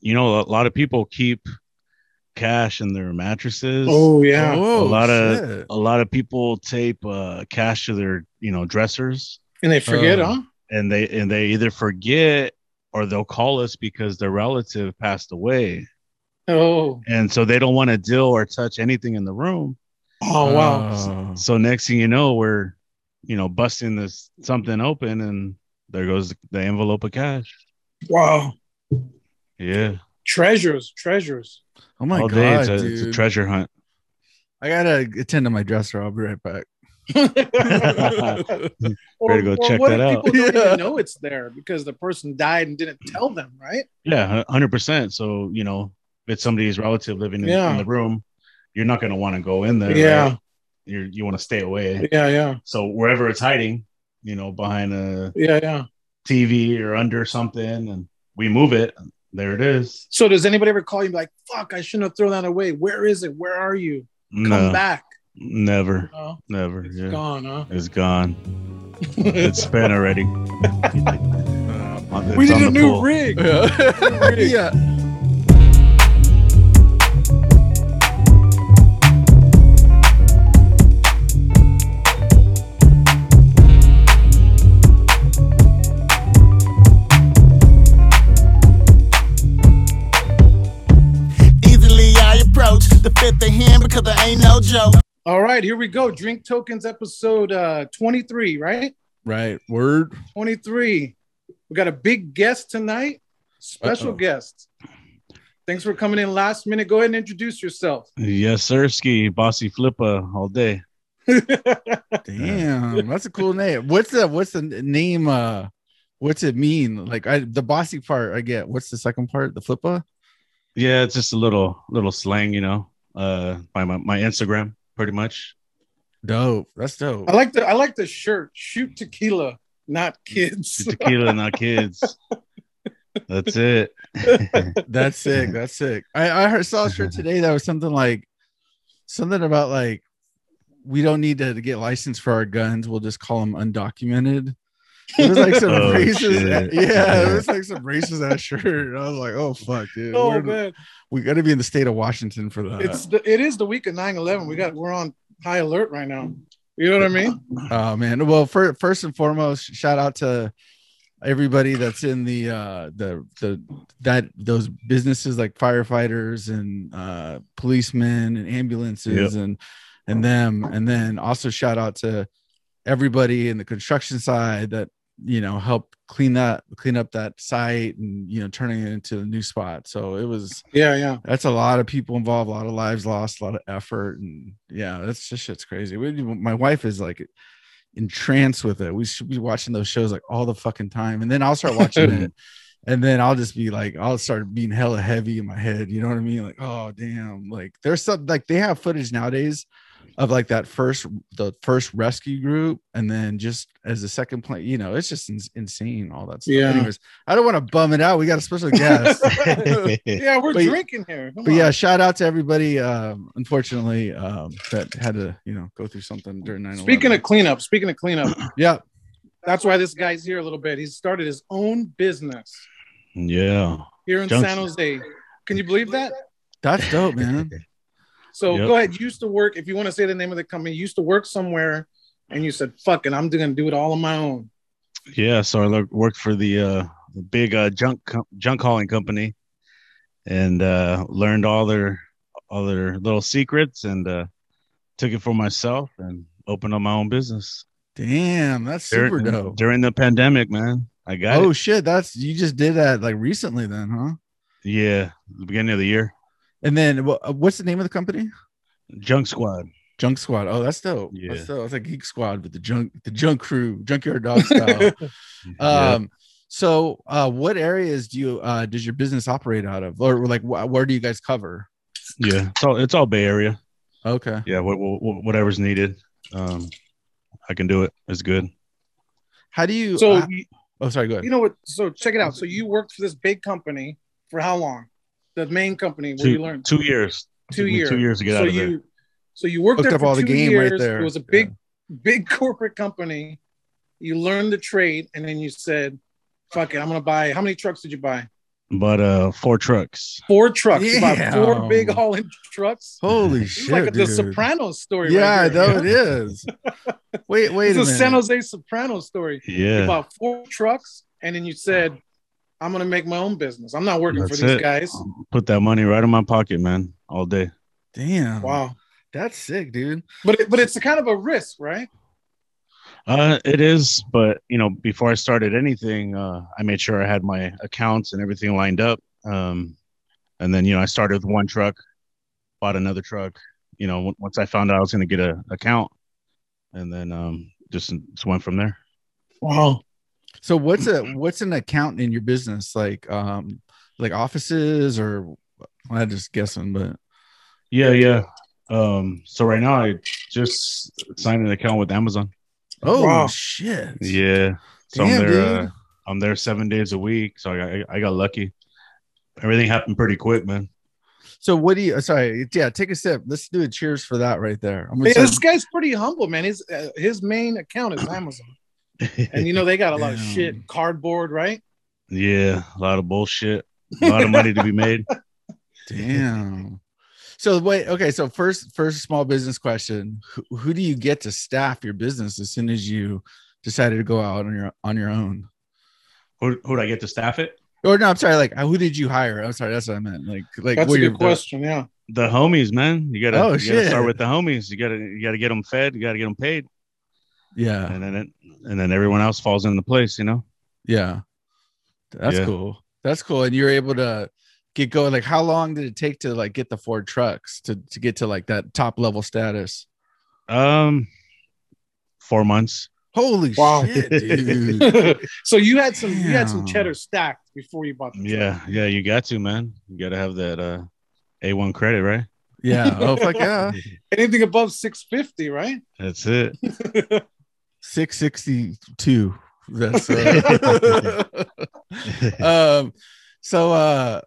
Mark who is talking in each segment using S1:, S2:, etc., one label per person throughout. S1: you know, a lot of people keep cash in their mattresses.
S2: Oh yeah.
S1: a lot of a lot of people tape uh, cash to their you know dressers,
S2: And they forget,
S3: Uh,
S2: huh?
S1: and they and they either forget or they'll call us because their relative passed away,
S2: Oh.
S1: and so they don't want to deal or touch anything in the room.
S2: Oh wow.
S3: Oh.
S1: So next thing you know, we're you know busting this something open, and there goes the envelope of cash.
S2: Wow.
S1: Yeah,
S2: Treasures, treasures.
S3: Oh my
S1: all
S3: god,
S1: day it's a,
S3: dude.
S1: it's a treasure hunt.
S3: I gotta attend to my dresser. I'll be right back.
S1: Better go check
S2: what
S1: that
S2: if
S1: out.
S2: People don't
S3: Yeah.
S2: even know it's there because the person died and didn't tell them, right?
S1: Yeah, hundred percent. So you know, if it's somebody's relative living in,
S2: Yeah.
S1: in the room, you're not gonna want to go in there.
S2: Yeah.
S1: right? You're, you want to stay away.
S2: Yeah, yeah,
S1: So wherever it's hiding, you know, behind a
S2: yeah, yeah.
S1: TV or under something, and we move it. There it is.
S2: So does anybody ever call you and be like, "Fuck, I shouldn't have thrown that away. Where is it? Where are you? Come
S1: no,
S2: back."
S1: never,
S2: No,
S1: never.
S2: it's
S1: yeah.
S2: gone, huh?
S1: It's gone. It's been already. Uh,
S2: we
S1: It's on
S2: need a
S1: the
S2: new
S1: pool.
S2: rig.
S3: yeah.
S4: Easily I approach the fifth of him because I ain't no joke.
S2: All right, here we go. Drink tokens episode uh, 23, right?
S3: Right. Word.
S2: 23. We got a big guest tonight, special
S3: Uh-oh.
S2: guest. Thanks for coming in last minute. Go ahead and introduce yourself.
S1: Yes, Sirski, bossy flipper all day.
S3: Damn. That's a cool name. What's the what's the name? Uh what's it mean? Like I the bossy part I get. What's the second part? The flippa?
S1: Yeah, it's just a little little slang, you know. Uh, by my, my Instagram, pretty much.
S3: Dope. That's dope.
S2: I like the I like the shirt. Shoot tequila, not kids.
S1: Tequila, not kids. That's it.
S3: That's sick. That's sick. I I heard, saw a shirt today that was something like something about like we don't need to, get licensed for our guns. We'll just call them undocumented. It was like some
S1: Oh,
S3: racist.
S1: shit.
S3: Yeah, it was like some racist ass shirt. I was like, oh fuck, dude.
S2: oh
S3: We're-
S2: man,
S3: We got to be in the state of Washington for that.
S2: it's the it is the week of 9-11. We got we're on high alert right now. You know what I mean?
S3: Oh man. Well, fir- first and foremost, shout out to everybody that's in the uh the the that those businesses like firefighters and uh policemen and ambulances and and them and then also shout out to everybody in the construction side that you know helped clean that clean up that site and you know turning it into a new spot so it was
S2: Yeah, yeah.
S3: that's a lot of people involved, a lot of lives lost, a lot of effort, and yeah, that's just shit's crazy. We, my wife is like entranced with it. We should be watching those shows like all the fucking time, and then I'll start watching it, and then I'll just be like, I'll start being hella heavy in my head. You know what I mean? Like, oh damn, like there's some like they have footage nowadays of like that first the first rescue group, and then just as the second plane. You know, it's just ins- insane all that stuff.
S2: Yeah.
S3: Anyways, I don't want to bum it out. We got a special guest.
S2: Yeah, we're
S3: But-
S2: drinking here. Come
S3: but
S2: on.
S3: yeah, shout out to everybody. Um, unfortunately, um, that had to you know go through something during 9
S2: Speaking of cleanup, speaking of cleanup,
S3: yeah,
S2: that's why this guy's here a little bit. He's started his own business
S1: yeah.
S2: here in
S1: Junction.
S2: San Jose. Can you believe that?
S3: that's dope, man.
S2: So
S1: Yep.
S2: go ahead. You used to work, if you want to say the name of the company, you used to work somewhere and you said, fuck it, I'm going to do it all on my own.
S1: Yeah, so I lo- worked for the uh, the big uh, junk com- junk hauling company, and uh, learned all their all their little secrets, and uh, took it for myself and opened up my own business.
S3: Damn, that's super
S1: During,
S3: dope.
S1: during the pandemic, man, I got
S3: Oh
S1: it.
S3: shit, that's you just did that like recently, then, huh?
S1: Yeah, the beginning of the year,
S3: And then wha- uh, what's the name of the company?
S1: Junk Squad.
S3: Junk Squad. Oh, that's dope.
S1: Yeah.
S3: That's dope. It's like Geek Squad with the junk, the junk crew, junkyard dog style. um, so uh, what areas do you uh does your business operate out of, or like wh- where do you guys cover?
S1: yeah, yeah, it's all it's all Bay Area.
S3: Okay.
S1: Yeah, wh- wh- whatever's needed, um, I can do it. It's good.
S3: How do you?
S2: So
S3: uh,
S2: you,
S3: oh, sorry. Go ahead.
S2: you know what? So check it out. So you worked for this big company for how long? The main company where
S1: Two-
S2: you learned
S1: Two years.
S2: two
S1: Took me
S2: years.
S1: Two years to get
S2: so
S1: out of
S2: you,
S1: there.
S2: So you worked
S3: Hooked
S2: there
S3: up
S2: for
S3: all the
S2: two
S3: game right
S2: years.
S3: there.
S2: It was a
S3: Yeah.
S2: big, big corporate company. You learned the trade, and then you said, "Fuck it, I'm gonna buy." How many trucks did you buy?
S1: but uh four trucks.
S2: Four trucks, about
S3: Damn.
S2: four big hauling trucks.
S3: Holy
S2: It's
S3: shit,
S2: like the
S3: dude.
S2: Sopranos story.
S3: Yeah,
S2: right
S3: no,
S2: here.
S3: it is. Wait, wait
S2: It's
S3: a
S2: a
S3: minute.
S2: San Jose Soprano story.
S1: Yeah.
S2: About four trucks, and then you said, "I'm gonna make my own business. I'm not working
S1: That's
S2: for these
S1: it. Oh,
S2: guys."
S1: Put that money right in my pocket, man, all day.
S3: Damn,
S2: Wow,
S3: that's sick, dude.
S2: but it, but it's a kind of a risk, right?
S1: Uh, it is, but you know, before I started anything, uh, I made sure I had my accounts and everything lined up. Um, and then you know, I started with one truck, bought another truck. You know, on- once I found out I was going to get a account, and then um, just, just went from there.
S2: Wow.
S3: So what's a what's an accountant in your business like? Um, like offices or I'm just guessing, but
S1: Yeah, yeah. Um, so right now I just signed an account with Amazon.
S3: oh
S2: Wow.
S3: shit,
S1: Yeah, so
S3: Damn,
S1: I'm there.
S3: dude.
S1: Uh, I'm there seven days a week, so I got, I got lucky. Everything happened pretty quick, man.
S3: So what do you? Sorry, yeah, take a sip. Let's do a cheers for that right there. I'm gonna
S2: Hey,
S3: start-
S2: this guy's pretty humble, man. His uh, his main account is Amazon, and you know they got a lot of
S3: Damn.
S2: shit, cardboard, right?
S1: Yeah, a lot of bullshit, a lot of money to be made.
S3: Damn. So wait, okay. So first, first small business question: who, who do you get to staff your business as soon as you decided to go out on your on your own?
S1: Who who do I get to staff it?
S3: Or no, I'm sorry. Like, who did you hire? I'm sorry, that's what I meant. Like, like
S2: That's
S3: what
S2: a
S3: your-
S2: good question. Yeah.
S1: The homies, man. You gotta,
S3: Oh,
S1: you gotta
S3: shit.
S1: start with the homies. You gotta you gotta get them fed. You gotta get them paid,
S3: Yeah,
S1: and then it, and then everyone else falls into place. You know,
S3: yeah. That's
S1: Yeah.
S3: cool. That's cool. And you're able to get going. Like, how long did it take to like get the four trucks to to get to like that top level status?
S1: um, four months.
S3: Holy
S2: Wow.
S3: shit, dude.
S2: so you had some you had some
S3: Damn.
S2: cheddar stacked before you bought the truck.
S1: Yeah, yeah. You got to, man. You gotta have that uh, a one credit, right?
S3: yeah. Oh fuck yeah.
S2: Anything above six fifty, right?
S1: That's it.
S3: 662 that's uh, um so uh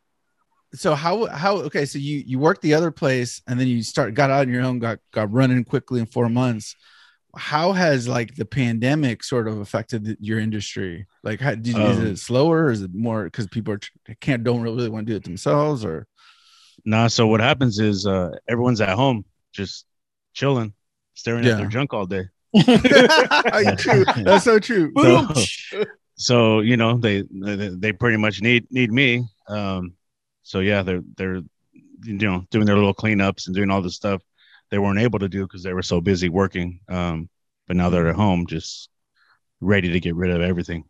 S3: so how how okay so you you worked the other place and then you start got out on your own got got running quickly in four months how has like the pandemic sort of affected the, your industry like how did you is
S1: Um,
S3: it slower or is it more because people are tr- can't don't really want to do it themselves or
S1: Nah. So what happens is uh, everyone's at home, just chilling, staring
S3: Yeah.
S1: at their junk all day.
S3: True. that's so true
S1: So- so you know they they, they pretty much need need me um so yeah they're they're you know doing their little cleanups and doing all this stuff they weren't able to do because they were so busy working um but now they're at home just ready to get rid of everything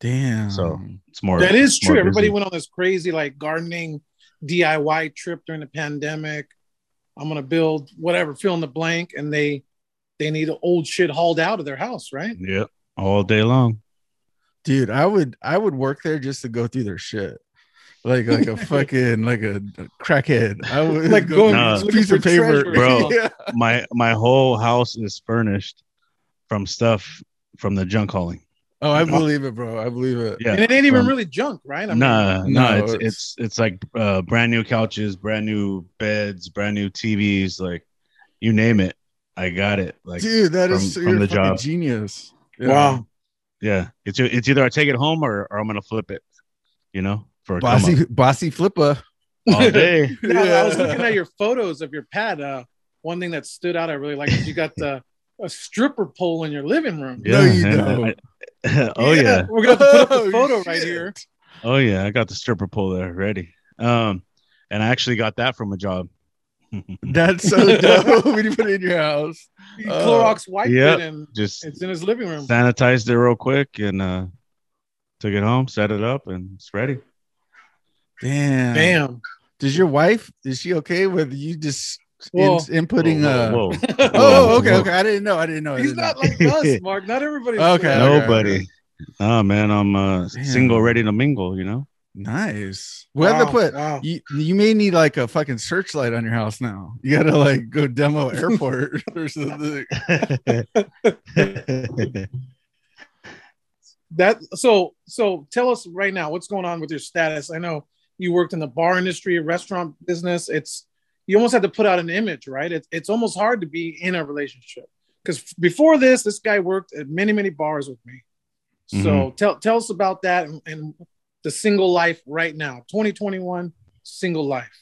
S3: damn
S1: So- it's more
S2: That is
S1: more
S2: true. Everybody
S1: busy.
S2: went on this crazy like gardening DIY trip during the pandemic. I'm gonna build whatever, fill in the blank, and they they need old shit hauled out of their house, right?
S1: yeah all day long
S3: dude i would i would work there just to go through their shit like like a fucking like a crackhead i would
S2: Like going
S1: Nah.
S2: looking for treasure.
S1: Bro.
S3: yeah.
S1: my my whole house is furnished from stuff from the junk hauling
S3: oh i believe it bro i believe it
S1: yeah
S2: And it ain't even
S1: Um,
S2: really junk, right? I mean,
S1: Nah, no,
S3: No,
S1: it's,
S3: it's-
S1: it's it's like uh, brand new couches, brand new beds, brand new TVs, like you name it, I got it. Like,
S3: dude that is
S1: from-
S3: you're
S1: from the
S3: fucking
S1: job.
S3: genius Yeah.
S2: Wow.
S1: yeah, it's e- it's either I take it home or, or I'm gonna flip it, you know, for a come
S3: bossy bossy flipper
S1: up. all day.
S2: Now, I was looking at your photos of your pad. Uh, one thing that stood out I really liked is you got the a stripper pole in your living room.
S1: Yeah,
S3: you
S1: and
S3: don't.
S1: I- oh yeah,
S2: We're gonna have to put up
S3: Oh,
S2: the photo right
S3: shit.
S2: here.
S1: oh yeah, I got the stripper pole there ready. Um, and I actually got that from a job.
S3: that's so dope when you put it in your house
S2: He
S3: Uh,
S2: Clorox wiped
S1: yeah.
S2: it and
S1: Just
S2: it's in his living room.
S1: sanitized it real quick and uh, took it home, set it up, and it's ready.
S3: damn
S2: Damn.
S3: does your wife is she okay with you just in-
S2: Well-
S3: inputting uh
S1: Whoa, whoa, whoa.
S3: oh okay
S1: Whoa.
S3: okay i didn't know i didn't know I
S2: He's
S3: didn't
S2: not
S3: know.
S2: like us, Mark. Not everybody's
S3: Oh, Okay.
S2: like-
S1: Nobody. Nah, man, I'm uh,
S3: Damn.
S1: single, ready to mingle. You know.
S3: nice we have to
S2: Wow,
S3: put
S2: wow.
S3: You, you may need like a fucking searchlight on your house now. You gotta like go demo airport or something.
S2: that so so tell us right now what's going on with your status. I know you worked in the bar industry, restaurant business. It's you almost had to put out an image, right? It's it's almost hard to be in a relationship because before this,
S3: Mm-hmm.
S2: this guy worked at many many bars with me. So tell tell us about that and, and the single life right now 2021 single life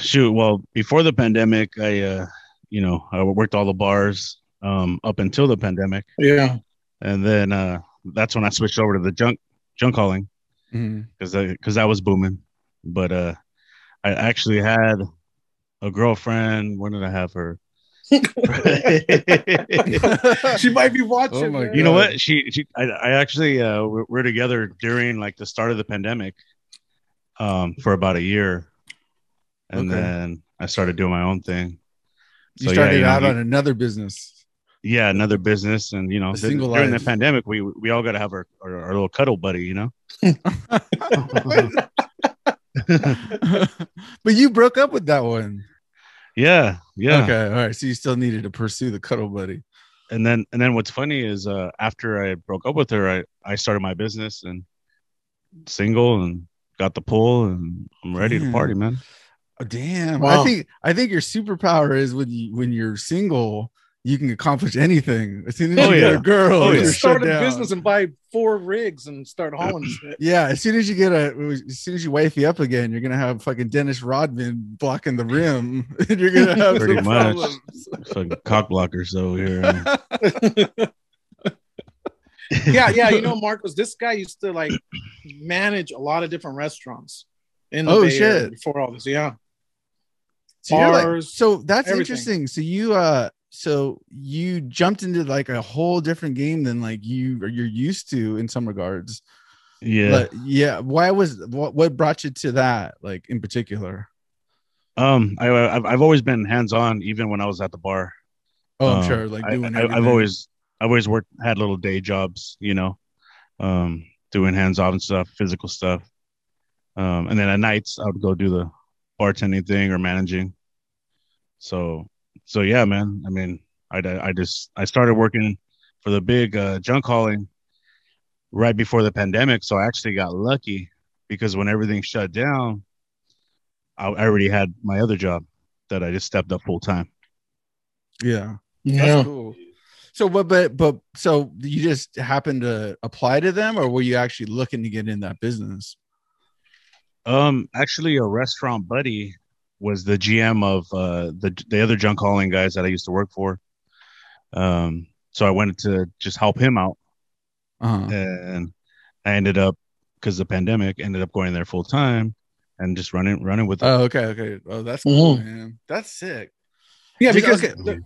S1: shoot well before the pandemic i uh you know i worked all the bars um up until the pandemic
S2: yeah
S1: and then uh that's when i switched over to the junk junk hauling
S3: Mhm.
S1: because because that was booming but uh i actually had a girlfriend when did i have her
S2: she might be watching
S3: Oh my
S2: man.
S1: you know
S3: God.
S1: what she, she I, I actually uh we we're together during like the start of the pandemic um for about a year and
S3: Okay.
S1: then i started doing my own thing
S3: You
S1: So, yeah,
S3: started
S1: you know,
S3: out
S1: you-
S3: on another business.
S1: yeah, another business, and you know,
S3: A
S1: th-
S3: single
S1: during
S3: life.
S1: the pandemic, we we all got to have our, our our little cuddle buddy, you know.
S3: but you broke up with that one.
S1: Yeah, yeah.
S3: Okay. All right. So you still needed to pursue the cuddle buddy.
S1: And then and then what's funny is uh after I broke up with her, I I started my business and single and got the pull and I'm ready
S3: Damn.
S1: to party, man.
S3: Oh, damn. I
S2: Wow.
S3: think I think your superpower is when you when you're single, you can accomplish anything. As soon as
S1: Oh,
S3: you get
S1: yeah.
S3: a girl,
S1: Oh,
S3: you're
S1: yeah.
S3: shut
S2: just start a
S3: down.
S2: business and buy four rigs and start hauling shit
S3: Yeah, as soon as you get a, as soon as you wifey up again, you're gonna have fucking Dennis Rodman blocking the rim, and you're gonna have
S1: Pretty
S3: some
S1: much.
S3: problems.
S1: Fucking cock blockers over here.
S2: yeah yeah you know marcos this guy used to like manage a lot of different restaurants in the
S3: Oh,
S2: Bay Area
S3: shit.
S2: before all this yeah
S3: So, you're like-
S2: Bars,
S3: so that's
S2: everything.
S3: interesting. So you, uh, so you jumped into like a whole different game than like you or you're used to in some regards.
S1: yeah.
S3: But yeah, why was what what brought you to that like in particular?
S1: um, I I've, I've always been hands on, even when I was at the bar.
S3: Oh, I'm
S1: Um,
S3: sure like
S1: I,
S3: doing.
S1: I, I've
S3: everything.
S1: always I've always worked had little day jobs, you know, um, doing hands on stuff, physical stuff, um, and then at nights I would go do the bartending thing or managing. So so yeah, man. I mean, I I just I started working for the big uh, junk hauling right before the pandemic, so I actually got lucky because when everything shut down, I, I already had my other job that I just stepped up full time.
S3: yeah.
S2: yeah
S3: cool. So what? But but so you just happened to apply to them, or were you actually looking to get in that business?
S1: Um, actually, a restaurant buddy was the GM of uh, the the other junk hauling guys that I used to work for. Um, so I wanted to just help him out,
S3: Uh-huh.
S1: and I ended up because the pandemic ended up going there full time and just running running with
S2: Uh,
S1: it.
S3: Oh, okay, okay. Oh, that's cool, man. That's sick.
S2: yeah
S3: Just-
S2: because
S3: okay.
S2: the-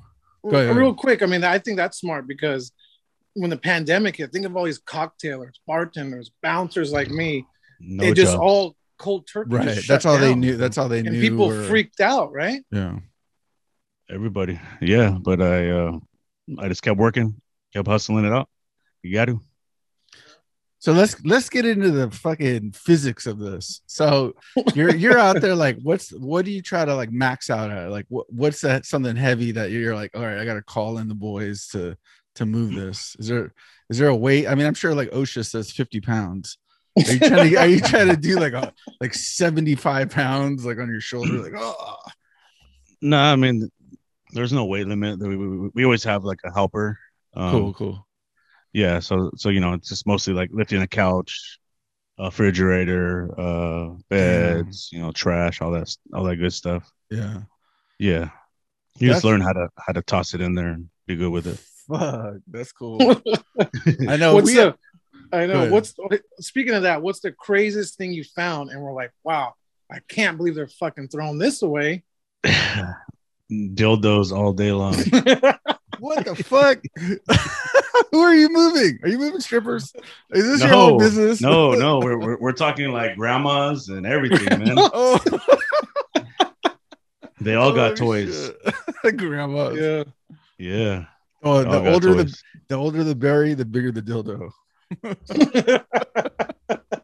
S3: Go ahead.
S2: real quick, I mean, I think that's smart because when the pandemic hit, think of all these cocktailers, bartenders, bouncers like me.
S1: No
S2: they just
S1: job.
S2: all cold turkey. just
S3: right.
S2: shut
S3: That's all they
S2: down.
S3: knew. That's all they
S2: And
S3: knew.
S2: people
S3: were-
S2: freaked out, right?
S3: Yeah.
S1: everybody, yeah. But I uh, I just kept working, kept hustling it up. You got to.
S3: So let's let's get into the fucking physics of this. So you're you're out there like what's what do you try to like max out at? Like what what's that something heavy that you're like, all right, I gotta call in the boys to to move this. Is there is there a weight? I mean, I'm sure like OSHA says 50 pounds. Are you trying to are you trying to do like a like 75 pounds like on your shoulder? Like, oh
S1: No, I mean, there's no weight limit. We, we, we always have like a helper. Um,
S3: cool, cool.
S1: yeah so so you know it's just mostly like lifting a couch a refrigerator uh beds you know trash all that s- all that good stuff
S3: Yeah.
S1: yeah you
S3: That's-
S1: just learn how to how to toss it in there and be good with it
S3: Fuck, that's cool. I know
S2: what's
S3: we-
S2: the? I know.
S3: ahead.
S2: What's speaking of that? What's the craziest thing you found? And we're like, wow, I can't believe they're fucking throwing this away.
S1: dildos all day long
S3: What the fuck? Who are you moving? Are you moving strippers? Is this your whole
S1: No,
S3: business?
S1: no no we're, we're, we're talking like grandmas and everything man
S3: Oh,
S1: they all
S3: oh,
S1: got toys
S3: shit. Grandma.
S2: yeah.
S1: yeah
S3: Oh,
S1: they all
S3: the
S1: got
S3: older the,
S1: toys.
S3: the older the berry, the bigger the dildo.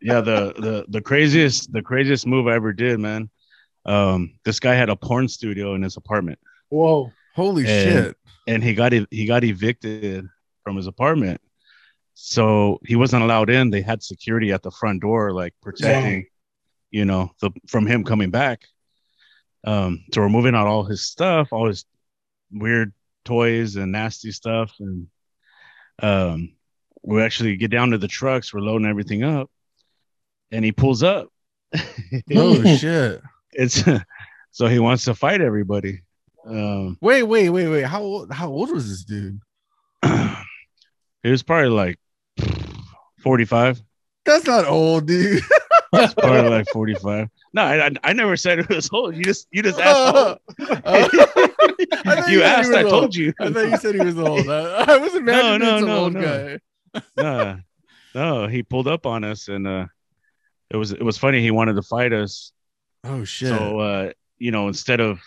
S1: yeah the, the the craziest the craziest move i ever did man um this guy had a porn studio in his apartment
S2: Whoa.
S3: Holy
S1: And-
S3: shit.
S1: and he got ev- he got evicted from his apartment. So he wasn't allowed in. They had security at the front door, like protecting, you know, the from him coming back. Um, so we're moving out all his stuff, all his weird toys and nasty stuff, and um, we actually get down to the trucks. We're loading everything up, and he pulls up.
S3: Oh shit!
S1: it's so he wants to fight everybody. Um,
S3: Wait, wait, wait, wait. How old? How old was this dude?
S1: he was probably like forty-five.
S3: That's not old, dude.
S1: Probably like forty-five. No, I, I, I never said it was old. You just you just asked. how old.
S3: Uh, I thought
S1: you
S3: said he
S1: asked.
S3: was
S1: I
S3: old.
S1: told you.
S3: I thought you said he was old. I, I was imagining
S1: no,
S3: it's an
S1: no,
S3: old
S1: no.
S3: guy.
S1: no, no, he pulled up on us, and uh, it was it was funny. He wanted to fight us,
S3: Oh shit!
S1: so uh, you know, instead of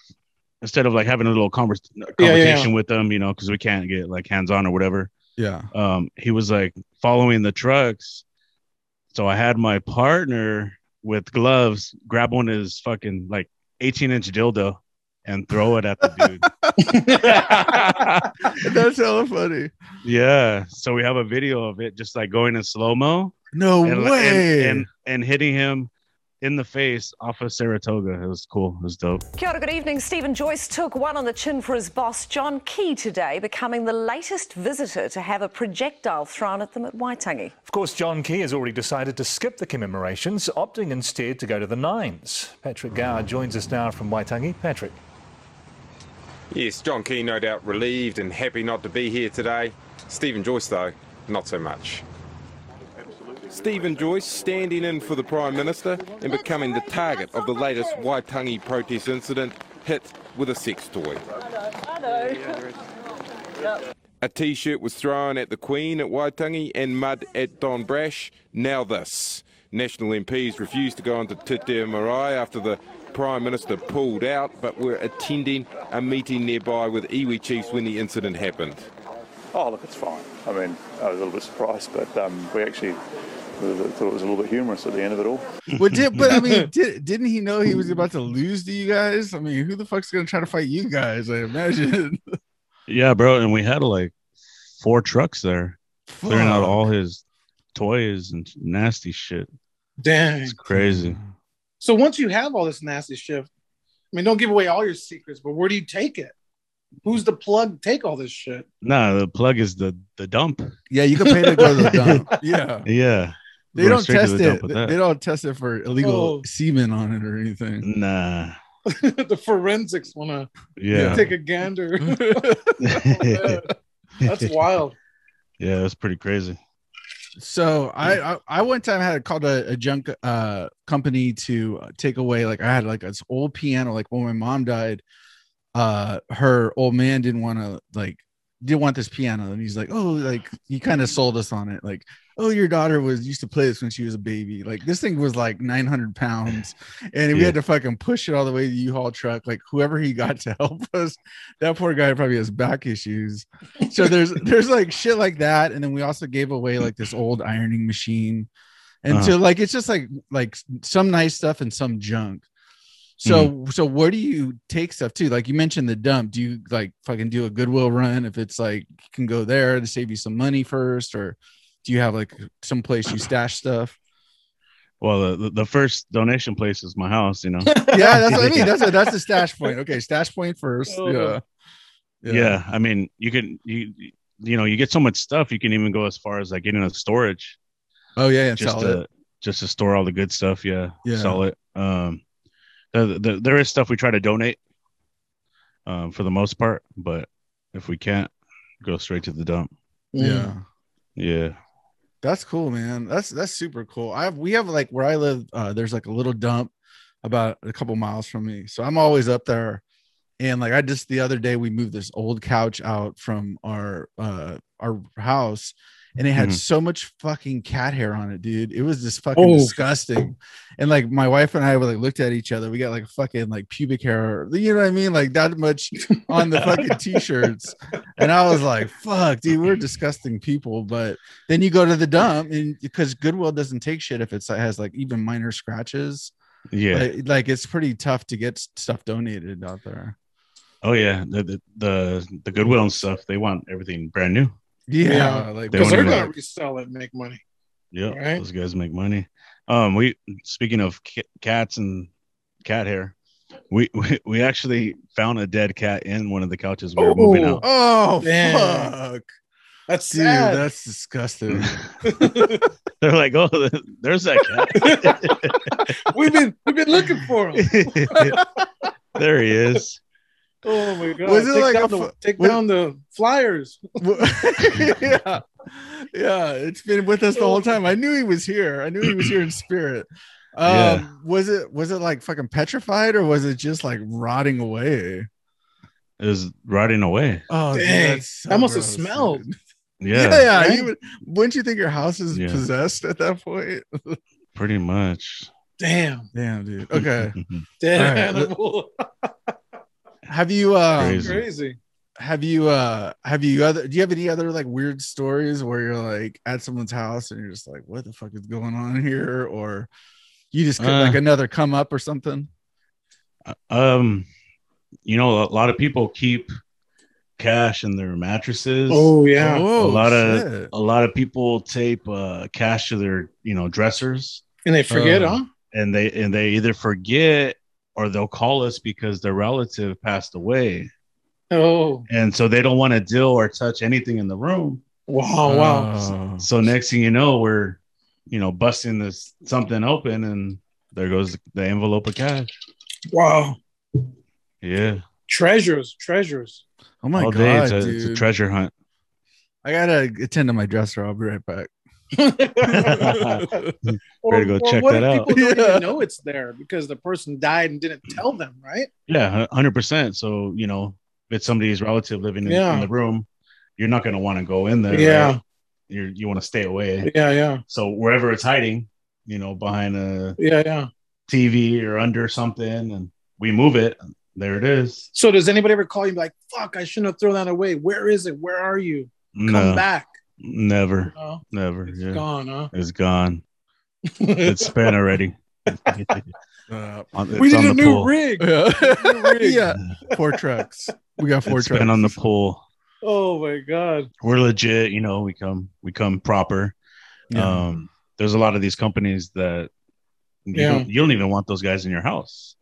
S1: instead of like having a little convers- conversation
S2: yeah, yeah.
S1: with them, you know, because we can't get like hands on or whatever.
S3: yeah.
S1: Um, he was like following the trucks, so I had my partner with gloves grab one of his fucking like eighteen inch dildo and throw it at the dude.
S3: That's hella funny.
S1: yeah, so we have a video of it just like going in slow mo.
S3: No
S1: and,
S3: way.
S1: And, and and hitting him in the face off of Saratoga. It was cool. It was dope.
S5: Kia ora, good evening. Stephen Joyce took one on the chin for his boss, John Key, today, becoming the latest visitor to have a projectile thrown at them at Waitangi.
S6: Of course, John Key has already decided to skip the commemorations, opting instead to go to the nines. Patrick Gower joins us now from Waitangi. Patrick.
S7: Yes, John Key no doubt relieved and happy not to be here today. Stephen Joyce, though, not so much. Stephen Joyce standing in for the Prime Minister and becoming the target of the latest Waitangi protest incident hit with a sex toy. A t shirt was thrown at the Queen at Waitangi and mud at Don Brash. Now, this. National MPs refused to go on to Te Te Marae after the Prime Minister pulled out, but were attending a meeting nearby with iwi chiefs when the incident happened.
S8: Oh, look, it's fine. I mean, I was a little bit surprised, but um, we actually thought it was a little bit humorous at the end of it all.
S3: but did but I mean did, didn't he know he was about to lose to you guys? I mean, who the fuck's gonna try to fight you guys? I imagine.
S1: Yeah, bro. And we had like four trucks there, clearing out
S3: Fuck.
S1: all his toys and nasty shit.
S2: Dang.
S1: It's crazy.
S2: So once you have all this nasty shit, I mean, don't give away all your secrets, but where do you take it? Who's the plug? to Take all this shit.
S1: Nah, the plug is the the dump.
S3: Yeah, you can pay to go to the dump. Yeah.
S1: Yeah.
S3: They
S1: Going
S3: don't
S1: straight to the
S3: test it.
S1: dump
S3: They
S1: with that.
S3: they don't test it for illegal
S2: Oh.
S3: semen on it or anything.
S1: Nah.
S2: the forensics want to
S1: Yeah.
S2: take a gander.
S1: yeah,
S2: That's wild.
S1: that's pretty crazy.
S3: So I, I I one time had called a, a junk uh company to uh, take away like I had like this old piano like when my mom died, uh her old man didn't want to like didn't want this piano and he's like oh like he kind of sold us on it like oh your daughter was used to play this when she was a baby like this thing was like 900 pounds and we
S1: Yeah.
S3: had to fucking push it all the way to the U-Haul truck like whoever he got to help us that poor guy probably has back issues so there's there's like shit like that and then we also gave away like this old ironing machine and so like it's just like like some nice stuff and some junk so so where do you take stuff to like you mentioned the dump do you like fucking do a goodwill run if it's like you can go there to save you some money first or do you have like some place you stash stuff
S1: Well, the, the first donation place is my house, you know.
S3: yeah that's what i mean that's a, that's the stash point okay stash point first yeah
S1: Oh. yeah. I mean, you can you you know, you get so much stuff, you can even go as far as like getting a storage.
S3: oh yeah, yeah
S1: just
S3: solid.
S1: to just to store all the good stuff. Yeah,
S3: Yeah.
S1: sell it. Um, the, the, there is stuff we try to donate, um, for the most part, but if we can't, go straight to the dump.
S2: Mm.
S3: yeah
S1: Yeah,
S3: That's cool, man. That's that's super cool. I have we have like where I live, uh, there's like a little dump about a couple miles from me. So I'm always up there. And like I just the other day we moved this old couch out from our uh our house and it had
S1: Mhm.
S3: so much fucking cat hair on it, dude. It was just fucking
S2: Oh.
S3: disgusting. And like my wife and I were like looked at each other. We got like fucking like pubic hair, you know what I mean? Like that much on the fucking t-shirts. And I was like, fuck, dude, we're disgusting people. But then you go to the dump and because Goodwill doesn't take shit if it's it has like even minor scratches.
S1: yeah.
S3: Like, like, it's pretty tough to get s- stuff donated out there.
S1: oh yeah. The, the the the Goodwill and stuff. They want everything brand new.
S2: Yeah.
S3: like
S1: They
S2: Because
S1: won't
S2: they're
S1: even-
S2: gonna resell it, and make money.
S1: Yeah,
S2: Right.
S1: those guys make money. Um, we speaking of ca- cats and cat hair, we, we we actually found a dead cat in one of the couches we were moving
S2: Oh.
S1: out.
S3: Oh
S2: Damn.
S3: fuck.
S2: That's
S3: Dude,
S2: sad.
S3: that's disgusting.
S1: They're like, oh, there's that
S2: we've been we've been looking for him.
S1: guy. there he is.
S2: Oh my god!
S3: Was it
S2: take
S3: like
S2: down,
S3: a
S2: the,
S3: fu-
S2: take
S3: was-
S2: down the flyers?
S3: yeah. Yeah, it's been with us the whole time. I knew he was here. I knew he was here in spirit. Um,
S1: Yeah.
S3: was it was it like fucking petrified or was it just like rotting away?
S1: It was rotting away.
S3: Oh, dude,
S2: Dang,
S3: that's so
S2: that must have
S3: gross,
S2: smelled.
S3: dude. Yeah,
S1: Yeah,
S3: yeah.
S2: right?
S3: You would, wouldn't you think your house is
S1: Yeah.
S3: possessed at that point?
S1: pretty much.
S2: Damn,
S3: Damn, dude. Okay.
S2: dead
S3: All right,
S2: animal.
S3: have you um
S1: Crazy.
S2: Crazy.
S3: have you uh have you other do you have any other like weird stories where you're like at someone's house and you're just like what the fuck is going on here or you just could,
S1: Uh.
S3: like another come up or something
S1: um, you know, a lot of people keep cash in their mattresses.
S2: Oh yeah.
S3: Whoa,
S1: a lot of-
S3: shit.
S1: A lot of people tape uh, cash to their, you know, dressers,
S2: And they forget,
S3: Oh.
S2: huh?
S1: and they and they either forget or they'll call us because their relative passed away,
S2: Oh
S1: and so they don't want to deal or touch anything in the room.
S2: wow,
S1: Uh.
S2: wow.
S3: Oh.
S1: So next thing you know, we're, you know, busting this something open, and there goes the envelope of cash.
S2: Wow.
S1: Yeah,
S2: Treasures, treasures.
S3: Oh my
S1: all
S3: god,
S1: day it's a,
S3: dude.
S1: it's a treasure hunt.
S3: I gotta attend to my dresser. I'll be right back.
S2: Or,
S1: go
S2: or
S1: check
S2: what
S1: that
S2: if
S1: out.
S2: people don't
S3: Yeah.
S2: even know it's there because the person died and didn't tell them, right?
S1: Yeah, hundred percent. So you know, if it's somebody's relative living in,
S2: Yeah.
S1: in the room, you're not gonna want to go in there.
S2: Yeah.
S1: right? You're, you want to stay away.
S2: Yeah, yeah,
S1: So wherever it's hiding, you know, behind a
S2: yeah, yeah.
S1: TV or under something, and we move it. There it is.
S2: So does anybody ever call you and be like, "Fuck, I shouldn't have thrown that away. Where is it? Where are you? Come
S1: no,
S2: back."
S1: never,
S2: No,
S1: never.
S2: it's
S1: yeah.
S2: gone, huh?
S1: It's gone. It's spent already.
S3: Uh,
S1: On-
S2: we
S1: it's
S2: need
S1: on
S2: a
S1: the
S2: new
S1: pool.
S2: rig.
S3: yeah.
S2: Rigged.
S3: Yeah, four trucks. We got four
S1: It's
S3: trucks.
S1: spent on the pool.
S2: Oh my god.
S1: We're legit. You know, we come we come proper.
S3: Yeah.
S1: Um, there's a lot of these companies that you,
S2: Yeah.
S1: don't, you don't even want those guys in your house.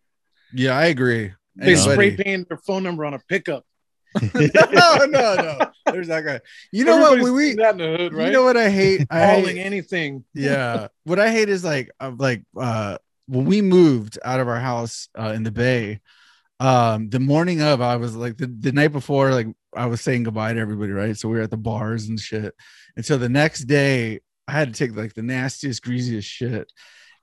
S3: yeah, I agree.
S2: They
S1: Yeah.
S2: spray
S3: Anybody-
S2: paint their phone number on a pickup.
S3: no, no, no. There's that guy. You know
S2: Everybody's
S3: what? We,
S2: doing that in the hood,
S3: we
S2: right?
S3: you know what I hate. I
S2: calling
S3: hate-
S2: anything.
S3: yeah what i hate is like uh, like uh when we moved out of our house uh in the bay um the morning of i was like the, the night before like i was saying goodbye to everybody right so we were at the bars and shit and so the next day i had to take like the nastiest greasiest shit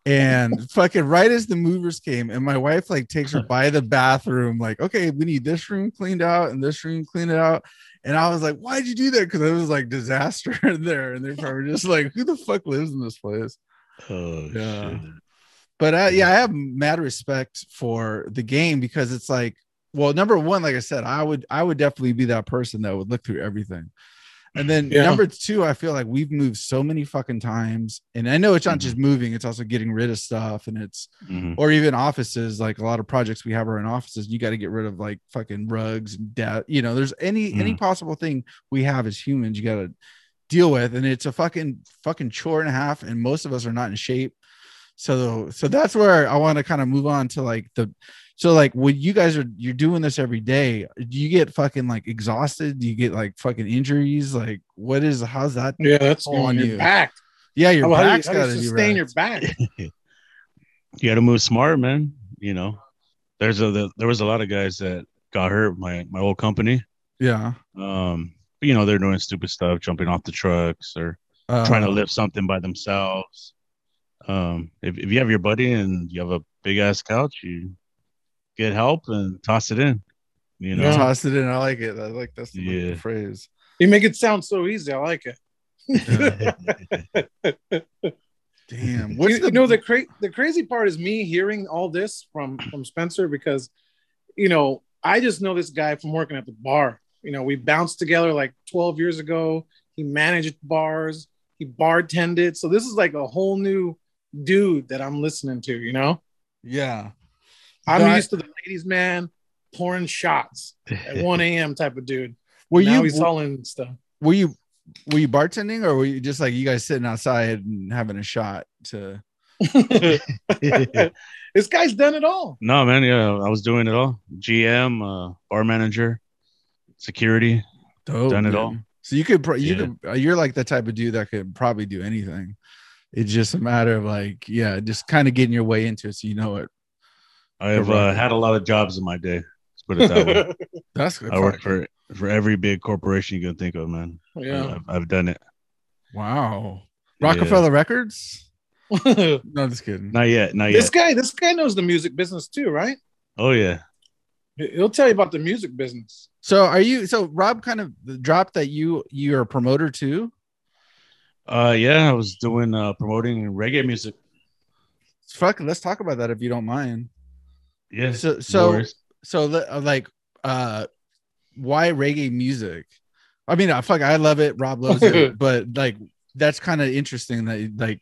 S3: and fucking right as the movers came and my wife like takes her by the bathroom like okay we need this room cleaned out and this room cleaned out and I was like, why'd you do that? Because it was like disaster in there. And they're probably just like, who the fuck lives in this place?
S1: Oh
S3: Yeah. But I, yeah, I have mad respect for the game because it's like, well, number one, like I said, I would I would definitely be that person that would look through everything. And then
S2: Yeah.
S3: number two, I feel like we've moved so many fucking times. And I know it's not just moving, it's also getting rid of stuff and it's
S1: Mhm.
S3: or even offices like a lot of projects we have are in offices you got to get rid of like fucking rugs and da- you know there's any any
S2: Mm.
S3: possible thing we have as humans you got to deal with and it's a fucking fucking chore and a half and most of us are not in shape so so that's where i want to kind of move on to like the so like when you guys are you're doing this every day do you get fucking like exhausted do you get like fucking injuries like what is how's that
S2: Yeah, that's
S3: All on
S2: on your
S3: you.
S2: back.
S3: yeah your
S2: Oh, How- how do you-
S3: back's
S2: how do you
S3: got to be
S2: sustain
S3: right.
S2: your back.
S1: You got to move smart, man. You know, there's a there was a lot of guys that got hurt. My my old company.
S3: yeah
S1: Um, but, you know, they're doing stupid stuff, jumping off the trucks or
S3: uh,
S1: trying to lift something by themselves. Um, if, if you have your buddy and you have a big ass couch, you get help and toss it in. You know,
S3: toss it in i like it i like that's the,
S1: Yeah.
S3: the phrase
S2: You make it sound so easy. I like it.
S3: Damn.
S2: you, you know the cra- the crazy part is me hearing all this from from Spencer because you know I just know this guy from working at the bar. You know we bounced together like 12 years ago. He managed bars. He bartended. So this is like a whole new dude that I'm listening to. You know
S3: yeah.
S2: I'm
S3: So I-
S2: used to the ladies man pouring shots at 1 a.m. type of dude.
S3: Were
S2: now
S3: you
S2: he's all in stuff.
S3: were you were you bartending or were you just like you guys sitting outside and having a shot to
S2: this guy's done it all.
S1: no, man. Yeah, I was doing it all. GM, uh, bar manager, security. Done it all.
S3: So you could, pro- you
S1: Yeah.
S3: could, uh, you're like the type of dude that could probably do anything. It's just a matter of like, yeah, just kind of getting your way into it, so you know it.
S1: I've uh, had a lot of jobs in my day. Let's put it that way.
S3: That's good.
S1: I worked for for every big corporation you can think of, man.
S2: yeah.
S1: I've, I've done it.
S3: wow.
S1: Yeah.
S3: Rockefeller Records?
S2: this
S3: No, just kidding.
S1: Not yet. Not yet.
S2: guy, this guy knows the music business too, right?
S1: Oh yeah.
S2: He- He'll tell you about the music business.
S3: So are you? So Rob kind of dropped that you you're a promoter too.
S1: Uh yeah. I was doing uh promoting reggae music.
S3: Fuck, let's talk about that if you don't mind.
S1: Yeah.
S3: So-
S1: no
S3: so-
S1: worries.
S3: so li- uh, like uh why reggae music i mean i fuck i love it rob loves it but like that's kind of interesting that like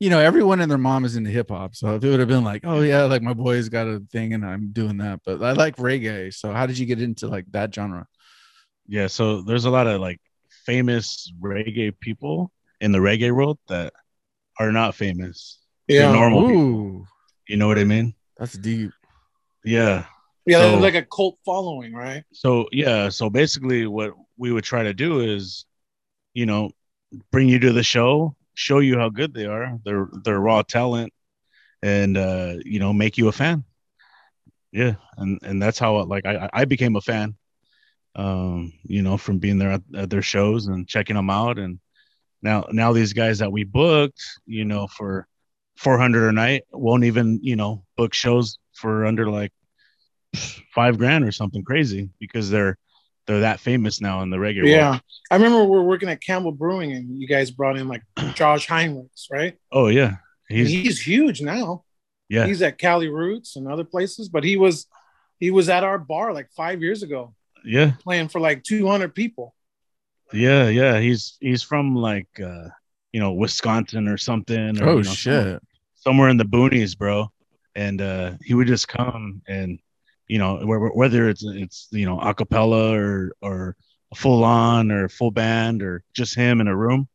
S3: you know everyone and their mom is into hip-hop so if it would have been like oh yeah like my boy's got a thing and i'm doing that but i like reggae so how did you get into like that genre
S1: yeah so there's a lot of like famous reggae people in the reggae world that are not famous They're
S2: Yeah.
S1: normal people.
S3: ooh
S1: you know what i mean
S3: that's deep
S1: yeah
S2: Yeah,
S1: So-
S2: they're like a cult following, right?
S1: so yeah so basically what we would try to do is you know bring you to the show show you how good they are their their raw talent and uh you know make you a fan yeah and and that's how like i i became a fan um you know from being there at, at their shows and checking them out and now now these guys that we booked you know for 400 a night won't even you know book shows for under like five grand or something crazy because they're they're that famous now in the reggae
S2: yeah.
S1: world.
S2: I remember we were working at Campbell Brewing and you guys brought in like Josh Heinrichs, right?
S1: Oh yeah,
S2: He's,
S1: he's
S2: he's huge now.
S1: Yeah.
S2: He's at Cali Roots and other places, but he was he was at our bar like five years ago
S1: yeah
S2: playing for like 200 people.
S1: yeah yeah he's he's from like uh you know Wisconsin or something. Or,
S3: oh
S1: you know,
S3: shit
S1: somewhere in the boonies, bro. And uh, he would just come and you know wh- wh- whether it's it's you know acapella or or full on or full band or just him in a room,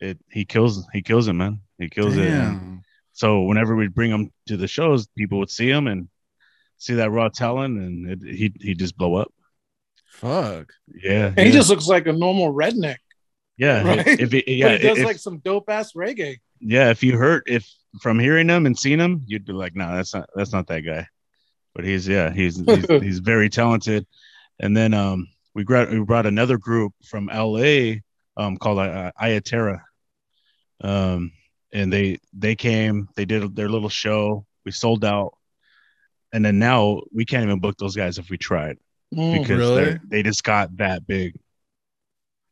S1: it he kills he kills it, man. He kills it. uh, And
S3: Damn.
S1: So whenever we'd bring him to the shows, people would see him and see that raw talent, and it, he he just blow up.
S3: fuck
S1: Yeah,
S2: And he
S1: yeah.
S2: just looks like a normal redneck.
S1: yeah.
S2: right?
S1: If, if he, yeah,
S2: but he does
S1: if-
S2: like some dope ass reggae.
S1: yeah, if you heard if from hearing him and seeing him, you'd be like, no, that's not that's not that guy. But he's yeah, he's he's, he's very talented. And then um, we brought we brought another group from L.A. Um, called uh, Ayaterra. Um, and they they came, they did their little show. We sold out, and then now we can't even book those guys if we tried
S2: Mm.
S1: because
S3: Oh, really?
S1: they're they just got that big.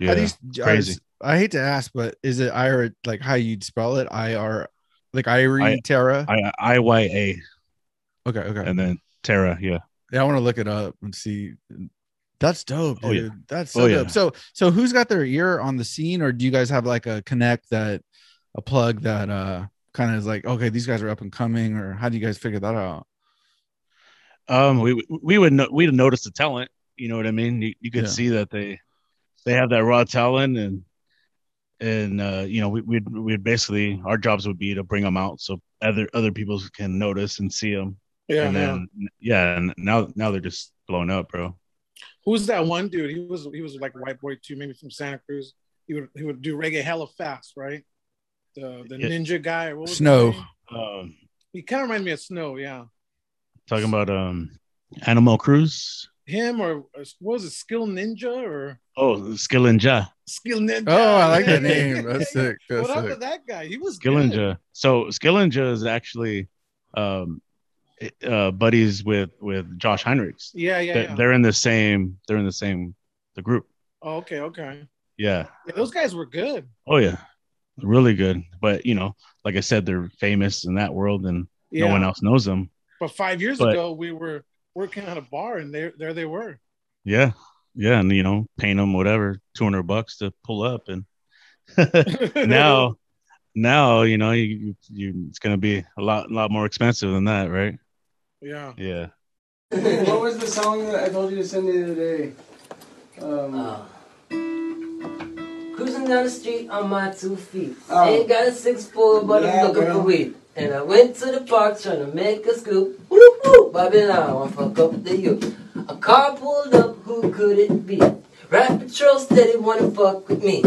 S3: How
S1: Yeah,
S3: do you-
S1: crazy.
S3: I, hate to ask but is it ira like how you'd spell it i r like Irie
S1: I-
S3: Terra.
S1: I I Y A
S3: okay, okay.
S1: and then Terra. Yeah.
S3: Yeah, I want to look it up and see. That's dope, dude.
S1: Oh, yeah.
S3: That's so
S1: Oh, yeah.
S3: dope. So, so who's got their ear on the scene, or do you guys have like a connect that, a plug that, uh, kind of is like, okay, these guys are up and coming, or how do you guys figure that out?
S1: Um, we we would no, we'd notice the talent. You know what I mean? You, you could
S3: Yeah.
S1: see that they they have that raw talent, and and uh, you know we we'd, we'd basically our jobs would be to bring them out so other other people can notice and see them.
S2: Yeah,
S1: and
S2: yeah.
S1: then yeah, and now now they're just blown up, bro.
S2: Who's that one dude? He was he was like a white boy too, maybe from Santa Cruz. He would he would do reggae hella fast, right? The the
S1: Yeah.
S2: ninja guy or what was his
S3: Snow.
S2: name?
S1: Um,
S2: He kind of reminded me of Snow, yeah.
S1: talking about um, Animal Cruise.
S2: Him or or what was it, Skill Ninja or
S1: Oh, Skillinja,
S2: Skill Ninja?
S3: Oh, I like that name. That's sick. That's
S2: what up
S3: sick.
S2: with that guy? He was good.
S1: Skillinja. So Skillinja is actually um, uh, buddies with with Josh Heinrichs.
S2: Yeah, yeah,
S1: they're,
S2: yeah.
S1: they're in the same they're in the same the group
S2: Oh, okay, okay.
S1: yeah
S2: Yeah, those guys were good.
S1: oh yeah really good but you know like i said they're famous in that world and
S2: Yeah.
S1: no one else knows them
S2: But five years
S1: But-
S2: ago, we were working at a bar, and there there they were.
S1: yeah yeah and you know paying them whatever 200 bucks to pull up and now now you know you, you, you it's gonna be a lot lot more expensive than that right
S2: yeah.
S1: yeah
S9: what was the song that I told you to send me the other day? Um,
S10: Ah. Cruising down the street on my two feet.
S9: Oh.
S10: Ain't got a six full, but
S9: Yeah,
S10: I'm looking
S9: girl.
S10: for weed. And I went to the park trying to make a scoop. Whoop whoop, bobbing out, I fuck up the you. A car pulled up, who could it be? Rap Patrol steady wanna fuck with me.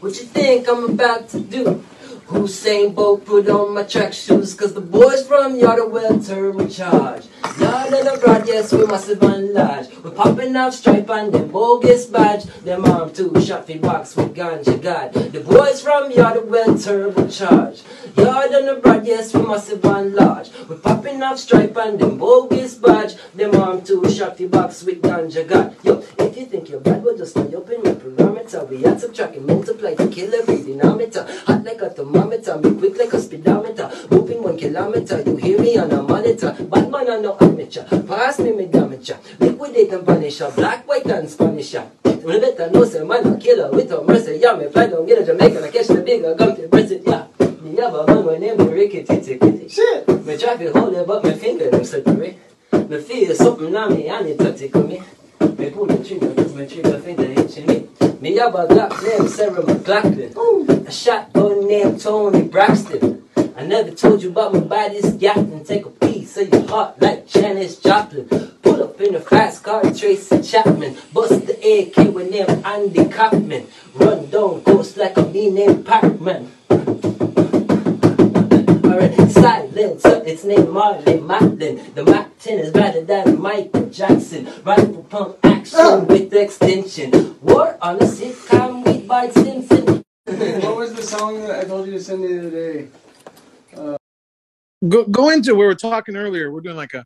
S10: What you think I'm about to do? Hussein Bolt put on my track shoes, cause the boys from Yada will turbocharge. Y'all in the broad, yes, we must have lodge. We're popping off stripe on them bogus badge. Them arm too, shot fi box with ganja god. The boys from Yada will turbocharge. Y'all in the broad, yes, we must have lodge. We're popping off stripe on them bogus badge. Them arm too, shot fi box with ganja god. Yo, if you think you're bad, well just stay open my parameter. We add subtract and multiply to kill every denominator. Hot like a thermometer, be quick like a speedometer. Moving one kilometer, you hear me on a monitor. Bad man, I'm no amateur. Pass me me damage ya. Liquidate and punish ya. Black, white, and Spanish ya. When I better know, say man, a killer without mercy. Yeah, me fly down, get a Jamaican, I catch the bigger, gum to press it, yeah. Me have a man, my name is Ricky Titty Kitty. Shit! Me try to hold it, but my finger, them slippery. Me feel something on me, and it tickle me. Me pull the trigger, cause my trigger finger itching me. Me have a Glock named Sarah McLachlan. A shotgun named Tony Braxton. I never told you about my body's yacht and take a piece of your heart like Janis Joplin. Pull up in a fast car, Tracy Chapman. Bust the AK with name Andy Kaufman. Run down ghost like a me named Pac-Man. Alright, silence up its name Marley Matlin. The Mac 10 is better than Michael Jackson. Rifle pump action with extension. War on a sitcom with Bart Simpson.
S9: what was the song that I told you to send the other day? Uh,
S2: Go, go into we were talking earlier. We're doing like a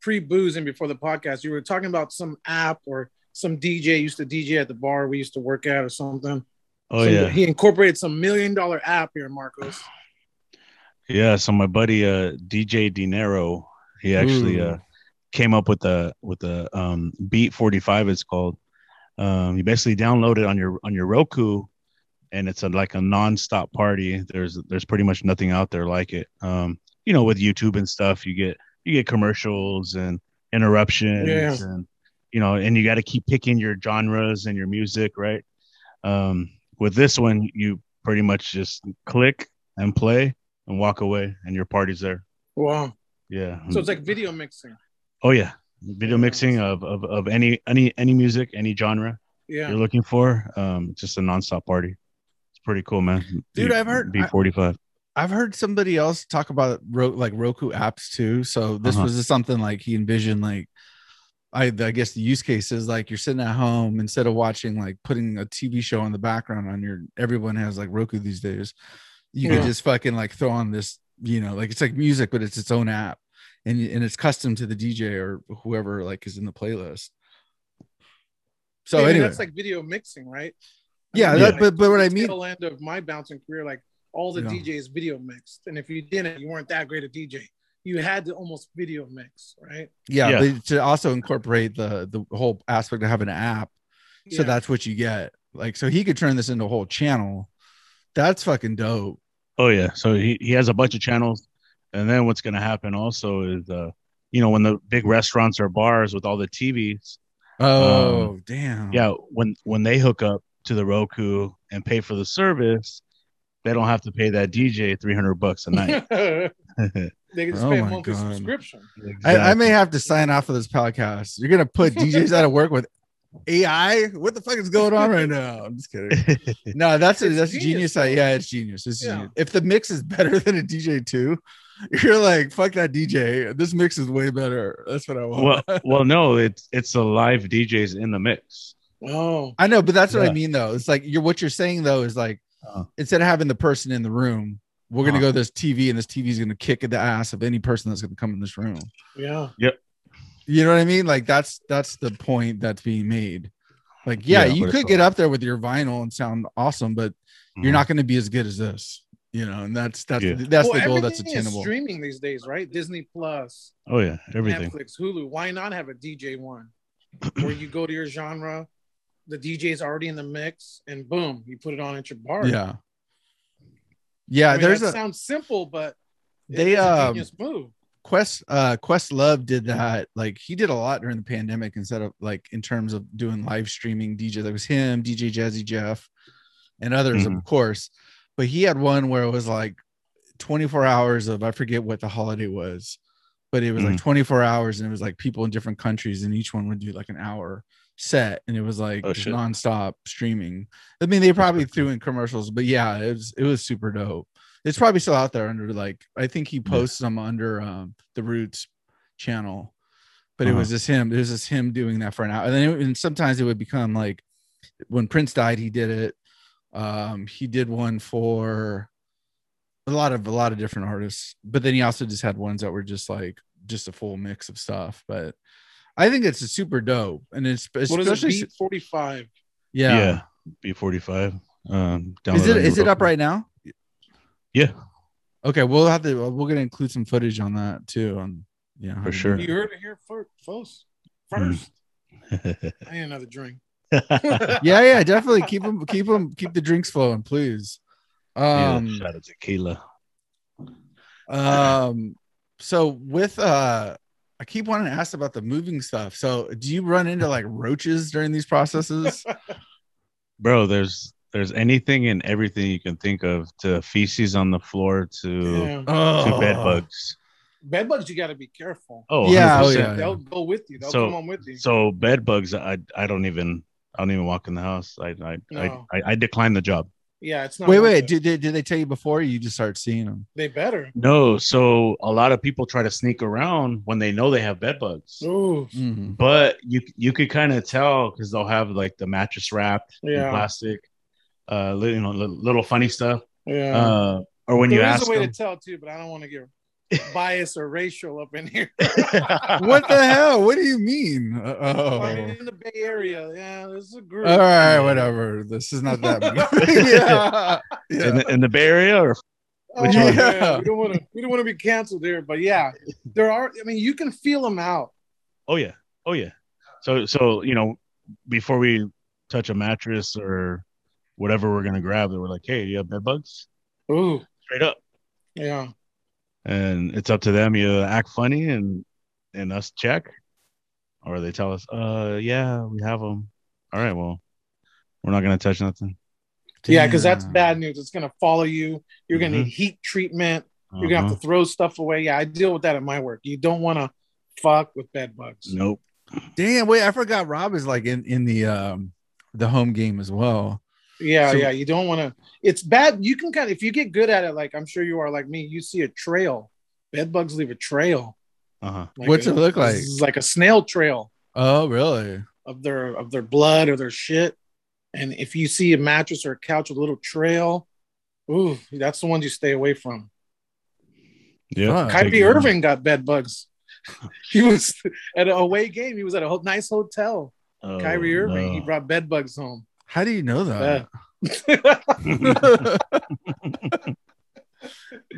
S2: pre booze and before the podcast. You were talking about some app or some DJ used to DJ at the bar we used to work at or something.
S1: Oh,
S2: Some-
S1: yeah.
S2: He incorporated some million dollar app here, Marcos.
S1: Yeah, so my buddy uh DJ Dinero, he actually
S2: Ooh.
S1: uh came up with a with a um Beat 45 it's called. Um you basically download it on your on your Roku and it's a, like a non-stop party. There's there's pretty much nothing out there like it. Um you know with YouTube and stuff, you get you get commercials and interruptions
S2: Yeah.
S1: and you know, and you got to keep picking your genres and your music, right? Um, with this one, you pretty much just click and play and walk away, and your party's there.
S2: Wow.
S1: Yeah.
S2: So it's
S3: Mm.
S2: like video mixing.
S1: oh yeah, video mixing of, of of any any any music, any genre
S2: Yeah.
S1: you're looking for. Um, just a nonstop party. It's pretty cool, man.
S3: Dude,
S1: B-
S3: I've heard- I-
S1: B45.
S3: I've heard somebody else talk about Ro- like Roku apps too. So this
S1: Uh-huh.
S3: was just something like he envisioned like I I guess the use case is like you're sitting at home instead of watching like putting a TV show in the background on your everyone has like Roku these days. You
S2: Yeah.
S3: can just fucking like throw on this, you know, like it's like music but it's its own app and and it's custom to the DJ or whoever like is in the playlist. So
S2: I mean,
S3: anyway,
S2: that's like video mixing, right?
S3: Yeah, that- but- but what I mean-
S2: tail end of my bouncing career, like all the
S3: Yeah.
S2: DJs video mixed, and if you didn't, you weren't that great a DJ. You had to almost video mix, right?
S3: yeah,
S1: Yeah.
S3: But to also incorporate the the whole aspect of having an app so
S2: Yeah.
S3: that's what you get like so he could turn this into a whole channel that's fucking dope
S1: Oh yeah. So he, he has a bunch of channels. And then what's gonna happen also is uh, you know, when the big restaurants or bars with all the TVs.
S3: oh
S1: um,
S3: damn
S1: yeah, when when they hook up to the Roku and pay for the service, they don't have to pay that DJ three hundred bucks a night.
S2: they could just
S3: Oh
S2: pay a
S3: my
S2: monthly
S3: God.
S2: subscription.
S3: I, I may have to sign off of this podcast you're gonna put djs out of work with ai what the fuck is going on right now i'm just kidding no that's a,
S2: It's
S3: that's
S2: genius,
S3: genius, I yeah it's genius it's
S2: Yeah.
S3: genius. if the mix is better than a dj too you're like fuck that dj this mix is way better that's what i want
S1: well well no, it's it's the live DJs in the mix.
S2: Oh,
S3: I know, but that's what
S1: Yeah.
S3: I mean though. It's like you're what you're saying though is like
S1: Uh-huh.
S3: instead of having the person in the room, we're gonna
S1: Uh-huh.
S3: go this TV and this TV is gonna kick the ass of any person that's gonna come in this room.
S2: Yeah.
S3: You know what I mean? Like that's that's the point that's being made. Like, yeah,
S1: Yeah,
S3: you
S1: but it's Mm-hmm.
S3: could get up there with your vinyl and sound awesome, but you're not gonna be as good as this. You know, and that's that's
S1: Yeah.
S3: that's
S2: Well,
S3: the goal that's
S2: everything is
S3: attainable.
S2: streaming these days, right? Disney Plus,
S1: Oh yeah, everything.
S2: Netflix, Hulu. Why not have a DJ one where you go to your genre, the DJ's already in the mix, and boom, you put it on at your bar.
S3: Yeah. Yeah,
S2: I mean,
S3: there's
S2: that
S3: a
S2: sounds simple, but it
S3: They,
S2: is a
S3: um,
S2: genius move.
S3: Quest uh Quest Love did that. Like he did a lot during the pandemic instead of like in terms of doing live streaming DJ. There was him, DJ Jazzy Jeff, and others, of
S1: Mhm.
S3: course. But he had one where it was like 24 hours of I forget what the holiday
S11: Mm.
S3: was, but it was like 24 hours and it was like people in different countries and each one would do like an hour set and it was like
S11: Oh,
S3: just
S11: shit.
S3: nonstop streaming. I mean, they probably threw in commercials, but yeah, it was it was super dope. It's probably still out there under like I think he posts them under um, the Roots channel, but it was
S11: Uh-huh.
S3: just him. It was just him doing that for an hour, and then it, and sometimes it would become like when Prince died, he did it. Um, he did one for a lot of a lot of different artists but then he also just had ones that were just like just a full mix of stuff but i think it's a super dope and it's
S2: what is it?
S3: especially
S2: Beat 45.
S3: yeah,
S1: B forty five. Um, download
S3: is it
S1: on
S3: is
S1: your-
S3: it up right now
S1: Yeah.
S3: okay we'll have to we're gonna include some footage on that too on yeah
S1: For sure.
S2: You heard it here fir- first.
S3: Mm.
S2: First. I need another drink.
S3: yeah yeah definitely keep them keep them keep the drinks flowing please
S1: Yeah,
S3: um
S1: shot of tequila.
S3: Um, so with uh, I keep wanting to ask about the moving stuff. So do you run into like roaches during these processes?
S1: bro there's there's anything and everything you can think of to feces on the floor to
S2: Damn.
S1: to bed
S2: Oh.
S1: bugs
S2: Bed bugs, you got to be careful.
S1: Oh, Yeah, oh, 100%. yeah.
S2: They'll go with you. They'll
S1: so
S2: come on with you.
S1: so bed bugs i i don't even i don't even walk in the house i i
S2: No.
S1: I, I, I decline the job
S2: yeah, it's not.
S3: wait,
S2: worth
S3: wait.
S2: it.
S3: Did they, did they tell you before? Or you just start seeing them.
S2: They better.
S1: no so a lot of people try to sneak around when they know they have bed bugs
S2: Ooh.
S1: but you you could kind of tell because they'll have like the mattress wrapped in
S2: Yeah.
S1: plastic uh li- you know li- little funny stuff
S2: Yeah.
S1: uh or when you
S2: There is
S1: ask
S2: a way
S1: them,
S2: to tell too, but I don't want to get bias or racial up in here.
S3: What the hell? What do you mean? Uh, Oh.
S2: I mean, in the Bay Area, yeah, this is a group.
S3: All right, whatever. This is not that. yeah. yeah.
S1: in, the, in the Bay Area or
S2: Oh,
S1: which one?
S2: man, we don't want to. We don't want to be canceled here, but yeah, there are. I mean, you can feel them out.
S1: Oh yeah. Oh yeah. So so you know, before we touch a mattress or whatever we're gonna grab, they were like, "Hey, you have bed bugs?"
S2: Ooh.
S1: Straight up.
S2: Yeah.
S1: And it's up to them. You act funny and and us check, or they tell us, "Uh, yeah, we have them." All right, well, we're not gonna touch nothing.
S2: Yeah, because that's bad news. It's gonna follow you. You're gonna need heat treatment. You're gonna have
S1: Mm-hmm. Uh-huh.
S2: to throw stuff away. Yeah, I deal with that at my work. You don't want to fuck with bed bugs.
S1: Nope.
S3: Damn. Wait, I forgot. Rob is like in in the um the home game as well.
S2: Yeah,
S3: So-
S2: yeah. You don't want to. It's bad. You can kind of if you get good at it, like I'm sure you are, like me. You see a trail. Bed bugs leave a trail.
S1: Uh huh.
S2: Like
S3: What's
S2: a-
S3: it look like?
S2: This is like a snail trail
S3: Oh, really?
S2: of their of their blood or their shit. And if you see a mattress or a couch with a little trail, ooh, that's the ones you stay away from.
S1: Yeah.
S2: Kyrie Irving got bed bugs. he was at an away game. He was at a ho- nice hotel.
S3: Oh,
S1: Oh,
S2: Kyrie Irving. He brought bed bugs home.
S3: How do you know that?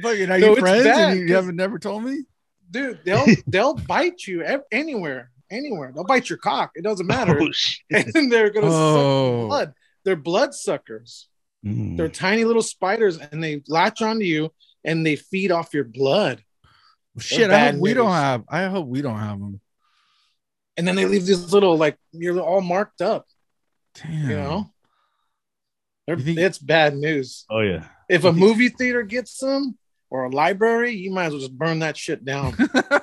S3: Fucking, are
S2: No,
S3: you
S2: it's
S3: friends?
S2: bad
S3: and you
S2: 'cause-
S3: haven't never told me.
S2: dude. They'll they'll bite you ev- anywhere, anywhere. They'll bite your cock. It doesn't matter.
S1: Oh, shit.
S2: and they're gonna suck
S3: Oh.
S2: your blood. They're blood suckers.
S1: Mm.
S2: They're tiny little spiders, and they latch onto you and they feed off your blood.
S3: Shit, I
S2: bad
S3: hope we don't
S2: news.
S3: have. I hope we don't have them.
S2: And then they leave these little like you're all marked up.
S3: Damn.
S2: You know, They're, it's bad news.
S1: Oh yeah.
S2: If a movie theater gets them or a library, you might as well just burn that shit down.
S3: a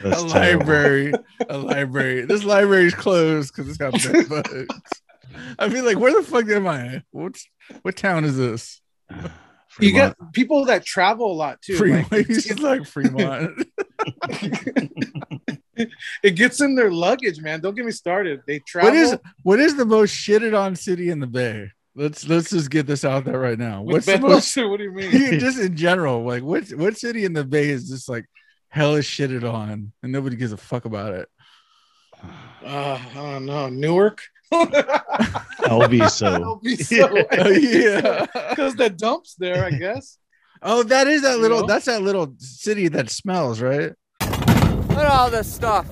S1: That's terrible.
S3: library, a library. This library's closed because it's got bed bugs. I mean, like, where the fuck am I? What what town is this?
S2: you got people that travel a lot too.
S3: Fremont.
S2: like-
S3: He's like Fremont.
S2: it gets in their luggage, man. Don't get me started. They travel.
S3: what is what is the most shitted on city in the Bay? Let's let's just get this out there right now.
S2: With
S3: What's the
S2: bed
S3: most?
S2: bugs? What do you mean?
S3: Yeah, just in general, like what what city in the Bay is just like hella shitted on, and nobody gives a fuck about it.
S2: Uh, I don't know. Newark.
S1: Albiso.
S3: Oh, yeah.
S2: Because the dumps there, I guess.
S3: Oh, that is that
S2: You
S3: little.
S2: know?
S3: That's that little city that smells, right?
S12: Look at all this stuff.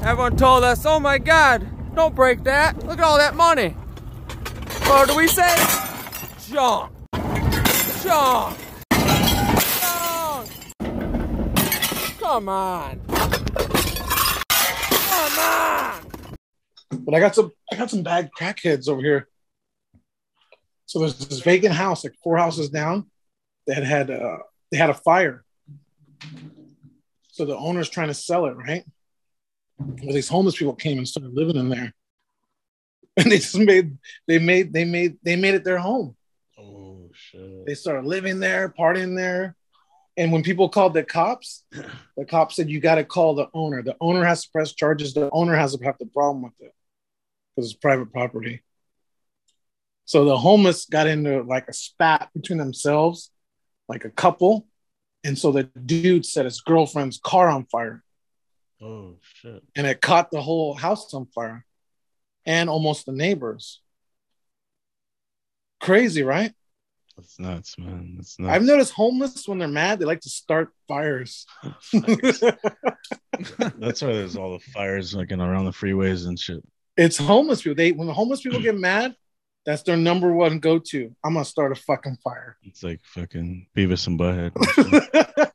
S12: Everyone told us, oh my god, don't break that. Look at all that money. What do we say? Junk. Junk. Junk. Come on. Come on.
S2: But I got some. I got some bad crackheads over here. So there's this vacant house, like four houses down, that had uh, they had a fire. So the owner's trying to sell it, right? well, these homeless people came and started living in there, and they just made they made they made they made it their home.
S11: Oh shit!
S2: They started living there, partying there, and when people called the cops, the cops said you got to call the owner. The owner has to press charges. The owner has to have the problem with it because it's private property. So the homeless got into like a spat between themselves, like a couple, and so the dude set his girlfriend's car on fire.
S11: Oh shit!
S2: and it caught the whole house on fire and almost the neighbors. Crazy, right?
S1: That's nuts, man. That's nuts.
S2: I've noticed homeless when they're mad, they like to start fires.
S1: That's why there's all the fires like in around the freeways and shit.
S2: it's homeless people. They when the homeless people get mad, that's their number one go to. I'm gonna start a fucking fire.
S1: It's like fucking Beavis and Butthead.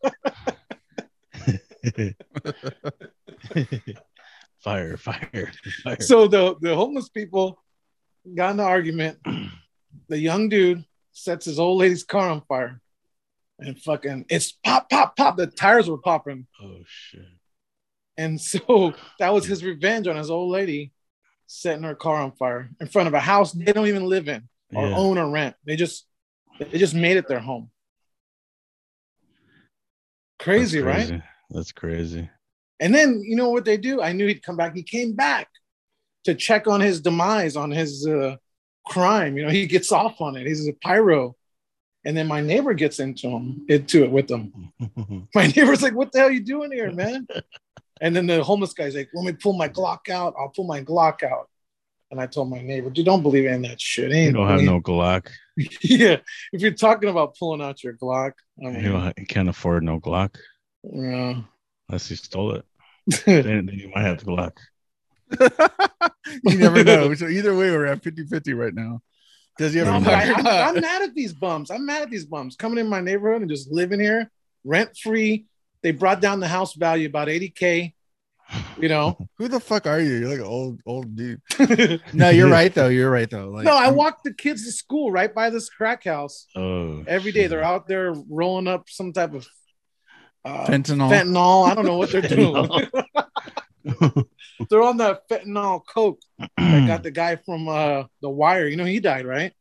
S1: fire, fire, fire.
S2: So the the homeless people got in an argument. The young dude sets his old lady's car on fire, and fucking it's pop, pop, pop. The tires were popping.
S1: oh shit!
S2: And so that was his revenge on his old lady setting her car on fire in front of a house they don't even live in or
S1: Yeah.
S2: own or rent. They just they just made it their home. Crazy, right?
S1: That's crazy.
S2: And then you know what they do? I knew he'd come back. He came back to check on his demise, on his uh, crime. You know, he gets off on it. He's a pyro. And then my neighbor gets into him, into it with him. my neighbor's like, "What the hell you doing here, man?" and then the homeless guy's like, "Let me pull my Glock out. I'll pull my Glock out." And I told my neighbor, "Dude, don't believe in that shit. Ain't
S1: You don't have no Glock.
S2: yeah. If you're talking about pulling out your Glock, I
S1: You
S2: mean,
S1: don't- You can't afford no Glock
S2: yeah.
S1: unless you stole it. then, then you might have the Glock.
S3: You never know. So either way, we're at 50-50 right now. Does he have
S2: No,
S3: a
S1: Oh
S2: but I,
S3: fire?
S2: am I'm mad at these bums. I'm mad at these bums coming in my neighborhood and just living here rent free. They brought down the house value about 80K. You know,
S3: Who the fuck are you? You're like an old old dude. No, you're right though. You're right though. Like
S2: no, I walk the kids to school right by this crack house
S1: Oh,
S2: every day. They're out there rolling up some type of uh,
S3: Fentanyl.
S2: Fentanyl. I don't know what they're doing. they're on that fentanyl coke
S3: Hmm.
S2: that got the guy from uh, The Wire. You know, he died, right?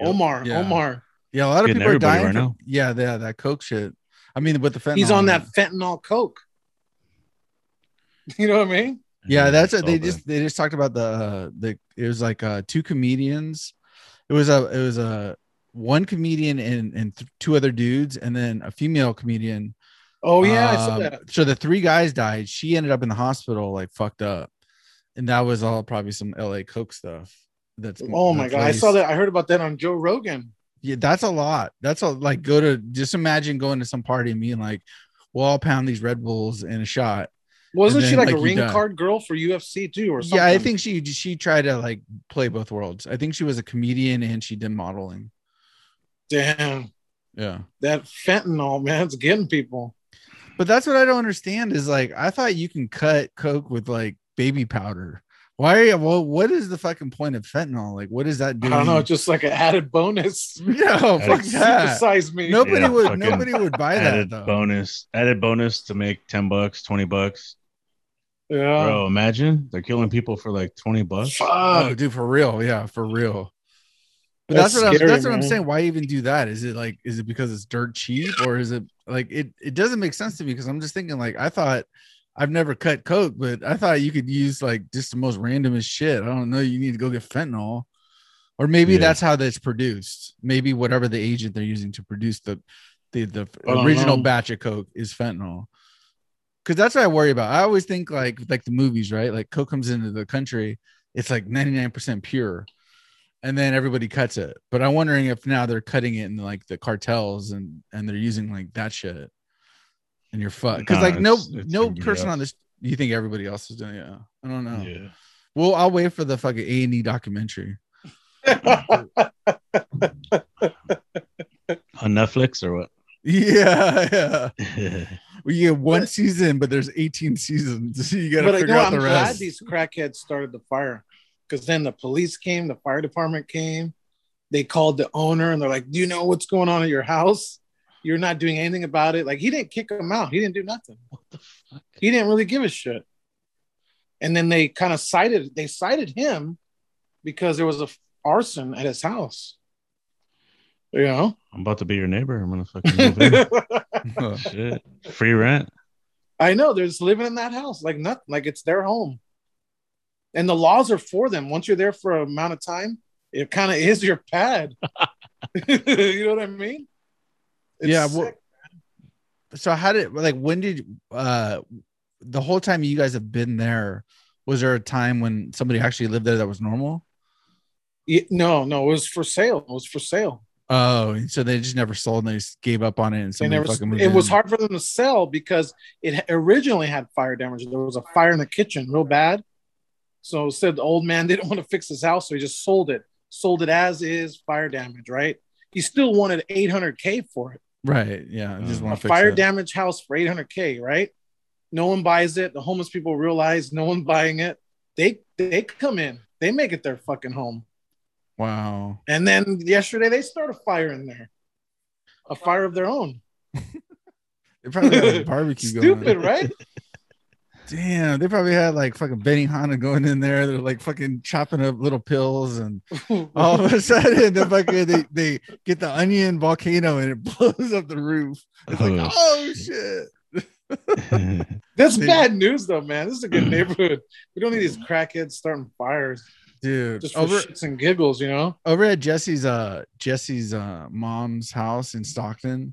S2: Omar,
S3: Yeah.
S2: Omar.
S3: Yeah, a lot of
S1: Getting
S3: people are
S1: everybody
S3: dying.
S1: right
S3: from-
S1: now.
S3: Yeah, yeah, that coke shit. I mean, with the fentanyl.
S2: He's on
S3: in it.
S2: that fentanyl coke. You know what I mean?
S3: Yeah, that's it.
S1: saw
S3: They
S1: that.
S3: just they just talked about the uh, the it was like uh, two comedians. It was a it was a one comedian and and th- two other dudes, and then a female comedian.
S2: Oh yeah, I saw
S3: Um,
S2: that.
S3: So the three guys died. She ended up in the hospital, like fucked up, and that was all probably some L.A. coke stuff. That's
S2: Oh my
S3: that's
S2: god, I saw
S3: released.
S2: that. I heard about that on Joe Rogan.
S3: Yeah, that's a lot. That's a like go to just imagine going to some party and being like, "Well, I'll pound these Red Bulls in a shot."
S2: Wasn't
S3: And
S2: she
S3: then,
S2: like, a
S3: you
S2: ring
S3: die.
S2: card girl for UFC too, or something?
S3: Yeah, I think she she tried to like play both worlds. I think she was a comedian and she did modeling.
S2: Damn,
S3: Yeah.
S2: that fentanyl, man, it's getting people.
S3: But that's what I don't understand is like I thought you can cut coke with like baby powder. Why are you well what is the fucking point of fentanyl? Like what is that
S2: I
S3: doing?
S2: don't know, just like an added bonus.
S3: no, fuck
S2: Like,
S3: that.
S2: supersize me.
S3: Nobody
S1: Yeah,
S3: would
S1: fucking
S3: nobody would buy that
S1: added
S3: though.
S1: bonus. Added bonus to make ten bucks, twenty bucks.
S2: Yeah.
S1: Bro, imagine they're killing people for like twenty bucks.
S2: Fuck.
S3: Oh, dude, for real. Yeah, for real. But that's,
S2: That's
S3: what I'm
S2: scary,
S3: that's what I'm
S2: man.
S3: saying. Why even do that? Is it like is it because it's dirt cheap or is it like it it doesn't make sense to me because I'm just thinking like I thought I've never cut coke, but I thought you could use like just the most randomest shit. I don't know. You need to go get fentanyl. Or maybe
S1: Yeah.
S3: that's how that's produced. Maybe whatever the agent they're using to produce the the, the
S2: I don't
S3: original
S2: know.
S3: batch of coke is fentanyl. Cause that's what I worry about. I always think like like the movies, right? Like coke comes into the country, it's like 99% pure. And then everybody cuts it. But I'm wondering if now they're cutting it in like the cartels and and they're using like that shit. And you're fucked. Because
S1: Nah,
S3: like no
S1: it's- it's
S3: no
S1: everybody
S3: person on
S1: else.
S3: this you think everybody else is doing it. I don't know.
S1: Yeah.
S3: Well, I'll wait for the fucking A and E documentary.
S1: On Netflix or what?
S3: Yeah, yeah.
S1: yeah.
S3: Well, you get one season, but there's 18 seasons. You gotta
S2: But I
S3: figure
S2: know
S3: out
S2: I'm
S3: the
S2: glad
S3: rest.
S2: these crackheads started the fire because then the police came, the fire department came, they called the owner and they're like, Do you know what's going on at your house? You're not doing anything about it. Like, he didn't kick him out, he didn't do nothing. He didn't really give a shit. and then they kind of cited they cited him because there was a f- arson at his house. You know,
S1: I'm about to be your neighbor. I'm gonna fucking move in.
S3: Mm-hmm.
S1: Shit. Free rent.
S2: I know they're just living in that house like nothing, like it's their home. And the laws are for them. Once you're there for an amount of time, it kind of is your pad. you know what I mean? It's
S3: yeah.
S2: sick.
S3: Well, so how did like when did uh the whole time you guys have been there? Was there a time when somebody actually lived there that was normal?
S2: Yeah, no, no, it was for sale. It was for sale.
S3: Oh, and so they just never sold and they just gave up on it and
S2: They
S3: somebody
S2: never,
S3: fucking moved
S2: it was
S3: in.
S2: hard for them to sell because it ha- originally had fire damage. There was a fire in the kitchen, real bad. So said the old man didn't want to fix his house, so he just sold it. Sold it as is, fire damage, right? He still wanted 800k for it.
S3: Right. Yeah. I just
S2: A
S3: want to fix
S2: Uh, fire
S3: that.
S2: damage house for 800k, right? No one buys it. The homeless people realize no one buying it. They they come in, they make it their fucking home.
S3: Wow.
S2: And then yesterday they started a fire in there, a fire of their own.
S3: They probably had a barbecue going. on.
S2: Stupid, right?
S3: Damn, they probably had like fucking Benihana going in there. They're like fucking chopping up little pills, and all of a sudden, the fucking they, they get the onion volcano and it blows up the roof. It's like,
S2: Ugh.
S3: oh shit.
S2: That's
S3: Dude.
S2: bad news, though, man. This is a good neighborhood. We don't need these crackheads starting fires,
S3: dude.
S2: Just for
S3: over-
S2: shits and giggles, you know.
S3: over at Jesse's uh Jesse's uh mom's house in Stockton,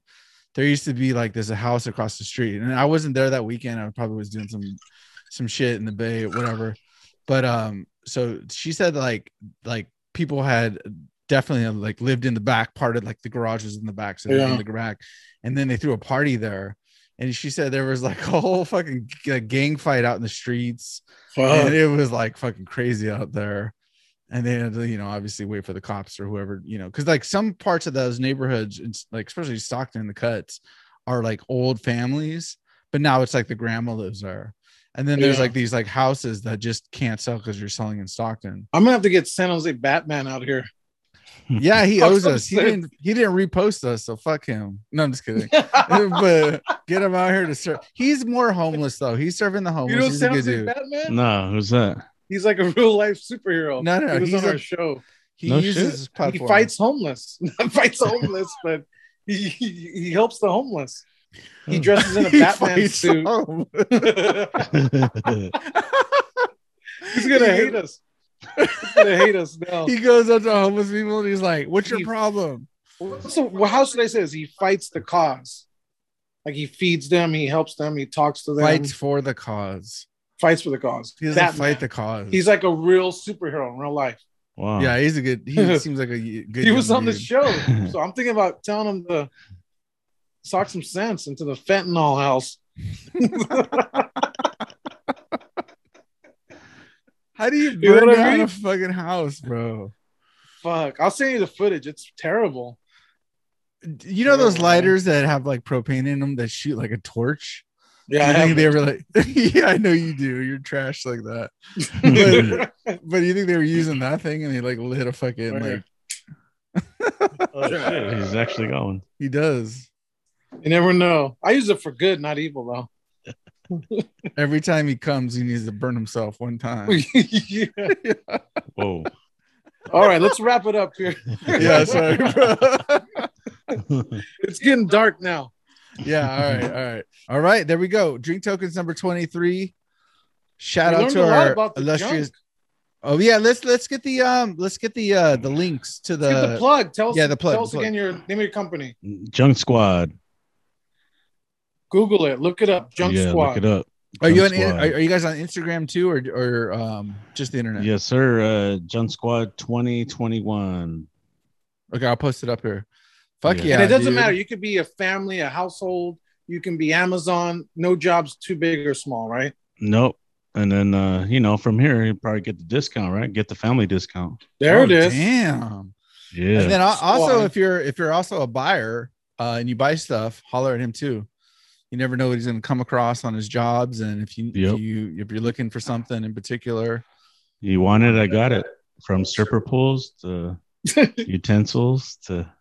S3: there used to be like there's a house across the street, and I wasn't there that weekend. I probably was doing some some shit in the bay or whatever. But um, so she said like like people had definitely like lived in the back part of like the garage was in the back, so they lived
S2: Yeah.
S3: in the back, and then they threw a party there. And she said there was like a whole fucking g- gang fight out in the streets.
S2: Fuck.
S3: And it was like fucking crazy out there. And they had to, you know, obviously wait for the cops or whoever, you know, because like some parts of those neighborhoods, it's like especially Stockton and the Cuts, are like old families, but now it's like the grandma lives there. And then there's
S2: Yeah.
S3: like these like houses that just can't sell because you're selling in Stockton.
S2: I'm gonna have to get San Jose Batman out here.
S3: Yeah, he
S2: Fuck
S3: owes
S2: some
S3: us. He
S2: shit.
S3: didn't. He didn't repost us, so fuck him. No, I'm just kidding. but get him out here to serve. He's more homeless though. He's serving the homeless.
S2: You know
S3: He's a
S2: San
S3: good
S2: Jose
S3: dude.
S2: Batman?
S1: No, who's that?
S2: He's like a real life superhero.
S3: No, no,
S2: he was
S3: he's
S2: on our
S3: a-
S2: show.
S3: he No uses shit? his
S2: He
S3: platform.
S2: fights homeless. Not fights homeless, but he, he he helps the homeless. He dresses in a
S3: Hmm. He
S2: Batman
S3: fights
S2: suit.
S3: homeless.
S2: He's gonna hate us. He's gonna hate us now.
S3: He goes up to homeless people and he's like, "What's your
S2: He-
S3: problem?"
S2: So, well, how should I say this? He fights the cause. Like he feeds them, he helps them, he talks to them,
S3: Fights for the cause.
S2: Fights for the cause.
S3: He doesn't
S2: Batman.
S3: fight the cause.
S2: He's like a real superhero in real life.
S1: Wow.
S3: yeah, he's a good. He seems like a y- good.
S2: he was
S3: young
S2: on the
S3: dude.
S2: show, so I'm thinking about telling him to sock some sense into the fentanyl house.
S3: How do you burn
S2: You know what I
S3: down
S2: mean?
S3: a fucking house, bro?
S2: Fuck, I'll send you the footage. It's terrible.
S3: You know those lighters that have like propane in them that shoot like a torch?
S2: Yeah, I
S3: I think
S2: have
S3: they
S2: it.
S3: were like, yeah, I know you do. You're trash like that. But, but you think they were using that thing and he like lit a fucking
S2: Right here.
S3: like
S1: Oh, shit, he's actually going.
S3: he does
S2: You never know. I use it for good, not evil, though.
S3: every time he comes. He needs to burn himself one time.
S2: yeah.
S1: Whoa.
S2: All right, let's wrap it up here.
S3: yeah, sorry, bro.
S2: it's getting dark now.
S3: yeah, all right, all right, all right. There we go. Drink tokens number twenty-three. Shout
S2: We
S3: out
S2: learned a
S3: to
S2: lot
S3: our
S2: about the
S3: illustrious. Oh yeah, let's let's get the um let's get the uh the links to the,
S2: Let's get the plug. Tell us,
S3: Uh, yeah the plug.
S2: tell
S3: the
S2: us
S3: plug.
S2: again your name of your company.
S1: Junk Squad.
S2: Google it. Look it up. Junk
S1: yeah,
S2: Squad.
S1: look it up.
S3: Are you on?
S1: Junk
S3: in-
S1: Squad.
S3: Are, are you guys on Instagram too, or or um just the internet?
S1: Yes, sir. Uh, Junk Squad 2021.
S3: Okay, I'll post it up here. Fuck yeah!
S1: Yeah.
S2: and it doesn't
S3: dude.
S2: matter. You could be a family, a household. You can be Amazon. No job's too big or small, right?
S1: Nope. And then, uh, you know, from here, you probably get the discount, right? Get the family discount.
S2: There
S3: Oh,
S2: it is.
S3: Damn.
S1: Yeah.
S3: And then al- also,
S2: Squad.
S3: if you're if you're also a buyer uh, and you buy stuff, holler at him too. You never know what he's going to come across on his jobs, and if you
S1: Yep.
S3: if you if you're looking for something in particular,
S1: you want it? I got it. From stripper pools to utensils to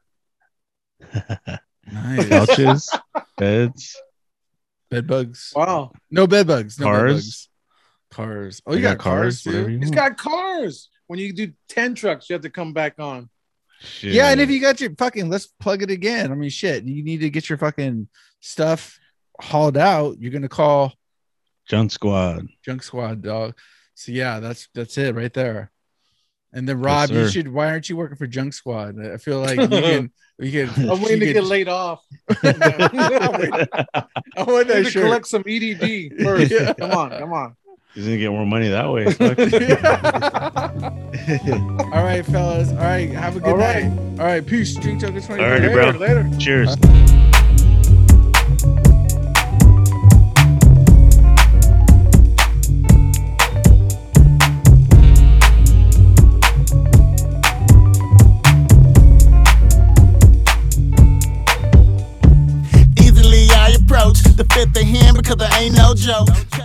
S3: nice
S1: couches, beds,
S3: bed bugs.
S2: Wow.
S3: No bed bugs. No bed
S1: Cars.
S3: bugs. cars. Oh, you got, cars,
S2: dude.
S3: dude.
S2: He's got cars. When you do ten trucks, you have to come back on.
S3: Yeah, and if you got your fucking, let's plug it again. I mean, shit, you need to get your fucking stuff hauled out. You're gonna call
S1: Junk Squad.
S3: Junk Squad, dog. So yeah, that's that's it right there. And then Rob, you
S1: sir.
S3: should. Why aren't you working for Junk Squad? I feel like you can. You can.
S2: I'm waiting to get
S3: you can-
S2: laid off. I want
S3: that
S2: to
S3: shirt.
S2: collect some EDD first.
S3: Yeah.
S2: Come on, come on.
S1: He's gonna get more money that way. fuck.
S3: All right, fellas. All right, have a good
S2: All right.
S3: night. All right, peace. Drink Joker Twenty.
S1: All righty, bro.
S2: later.
S1: Cheers.
S4: Easily I approach the fifth of him because there ain't no joke.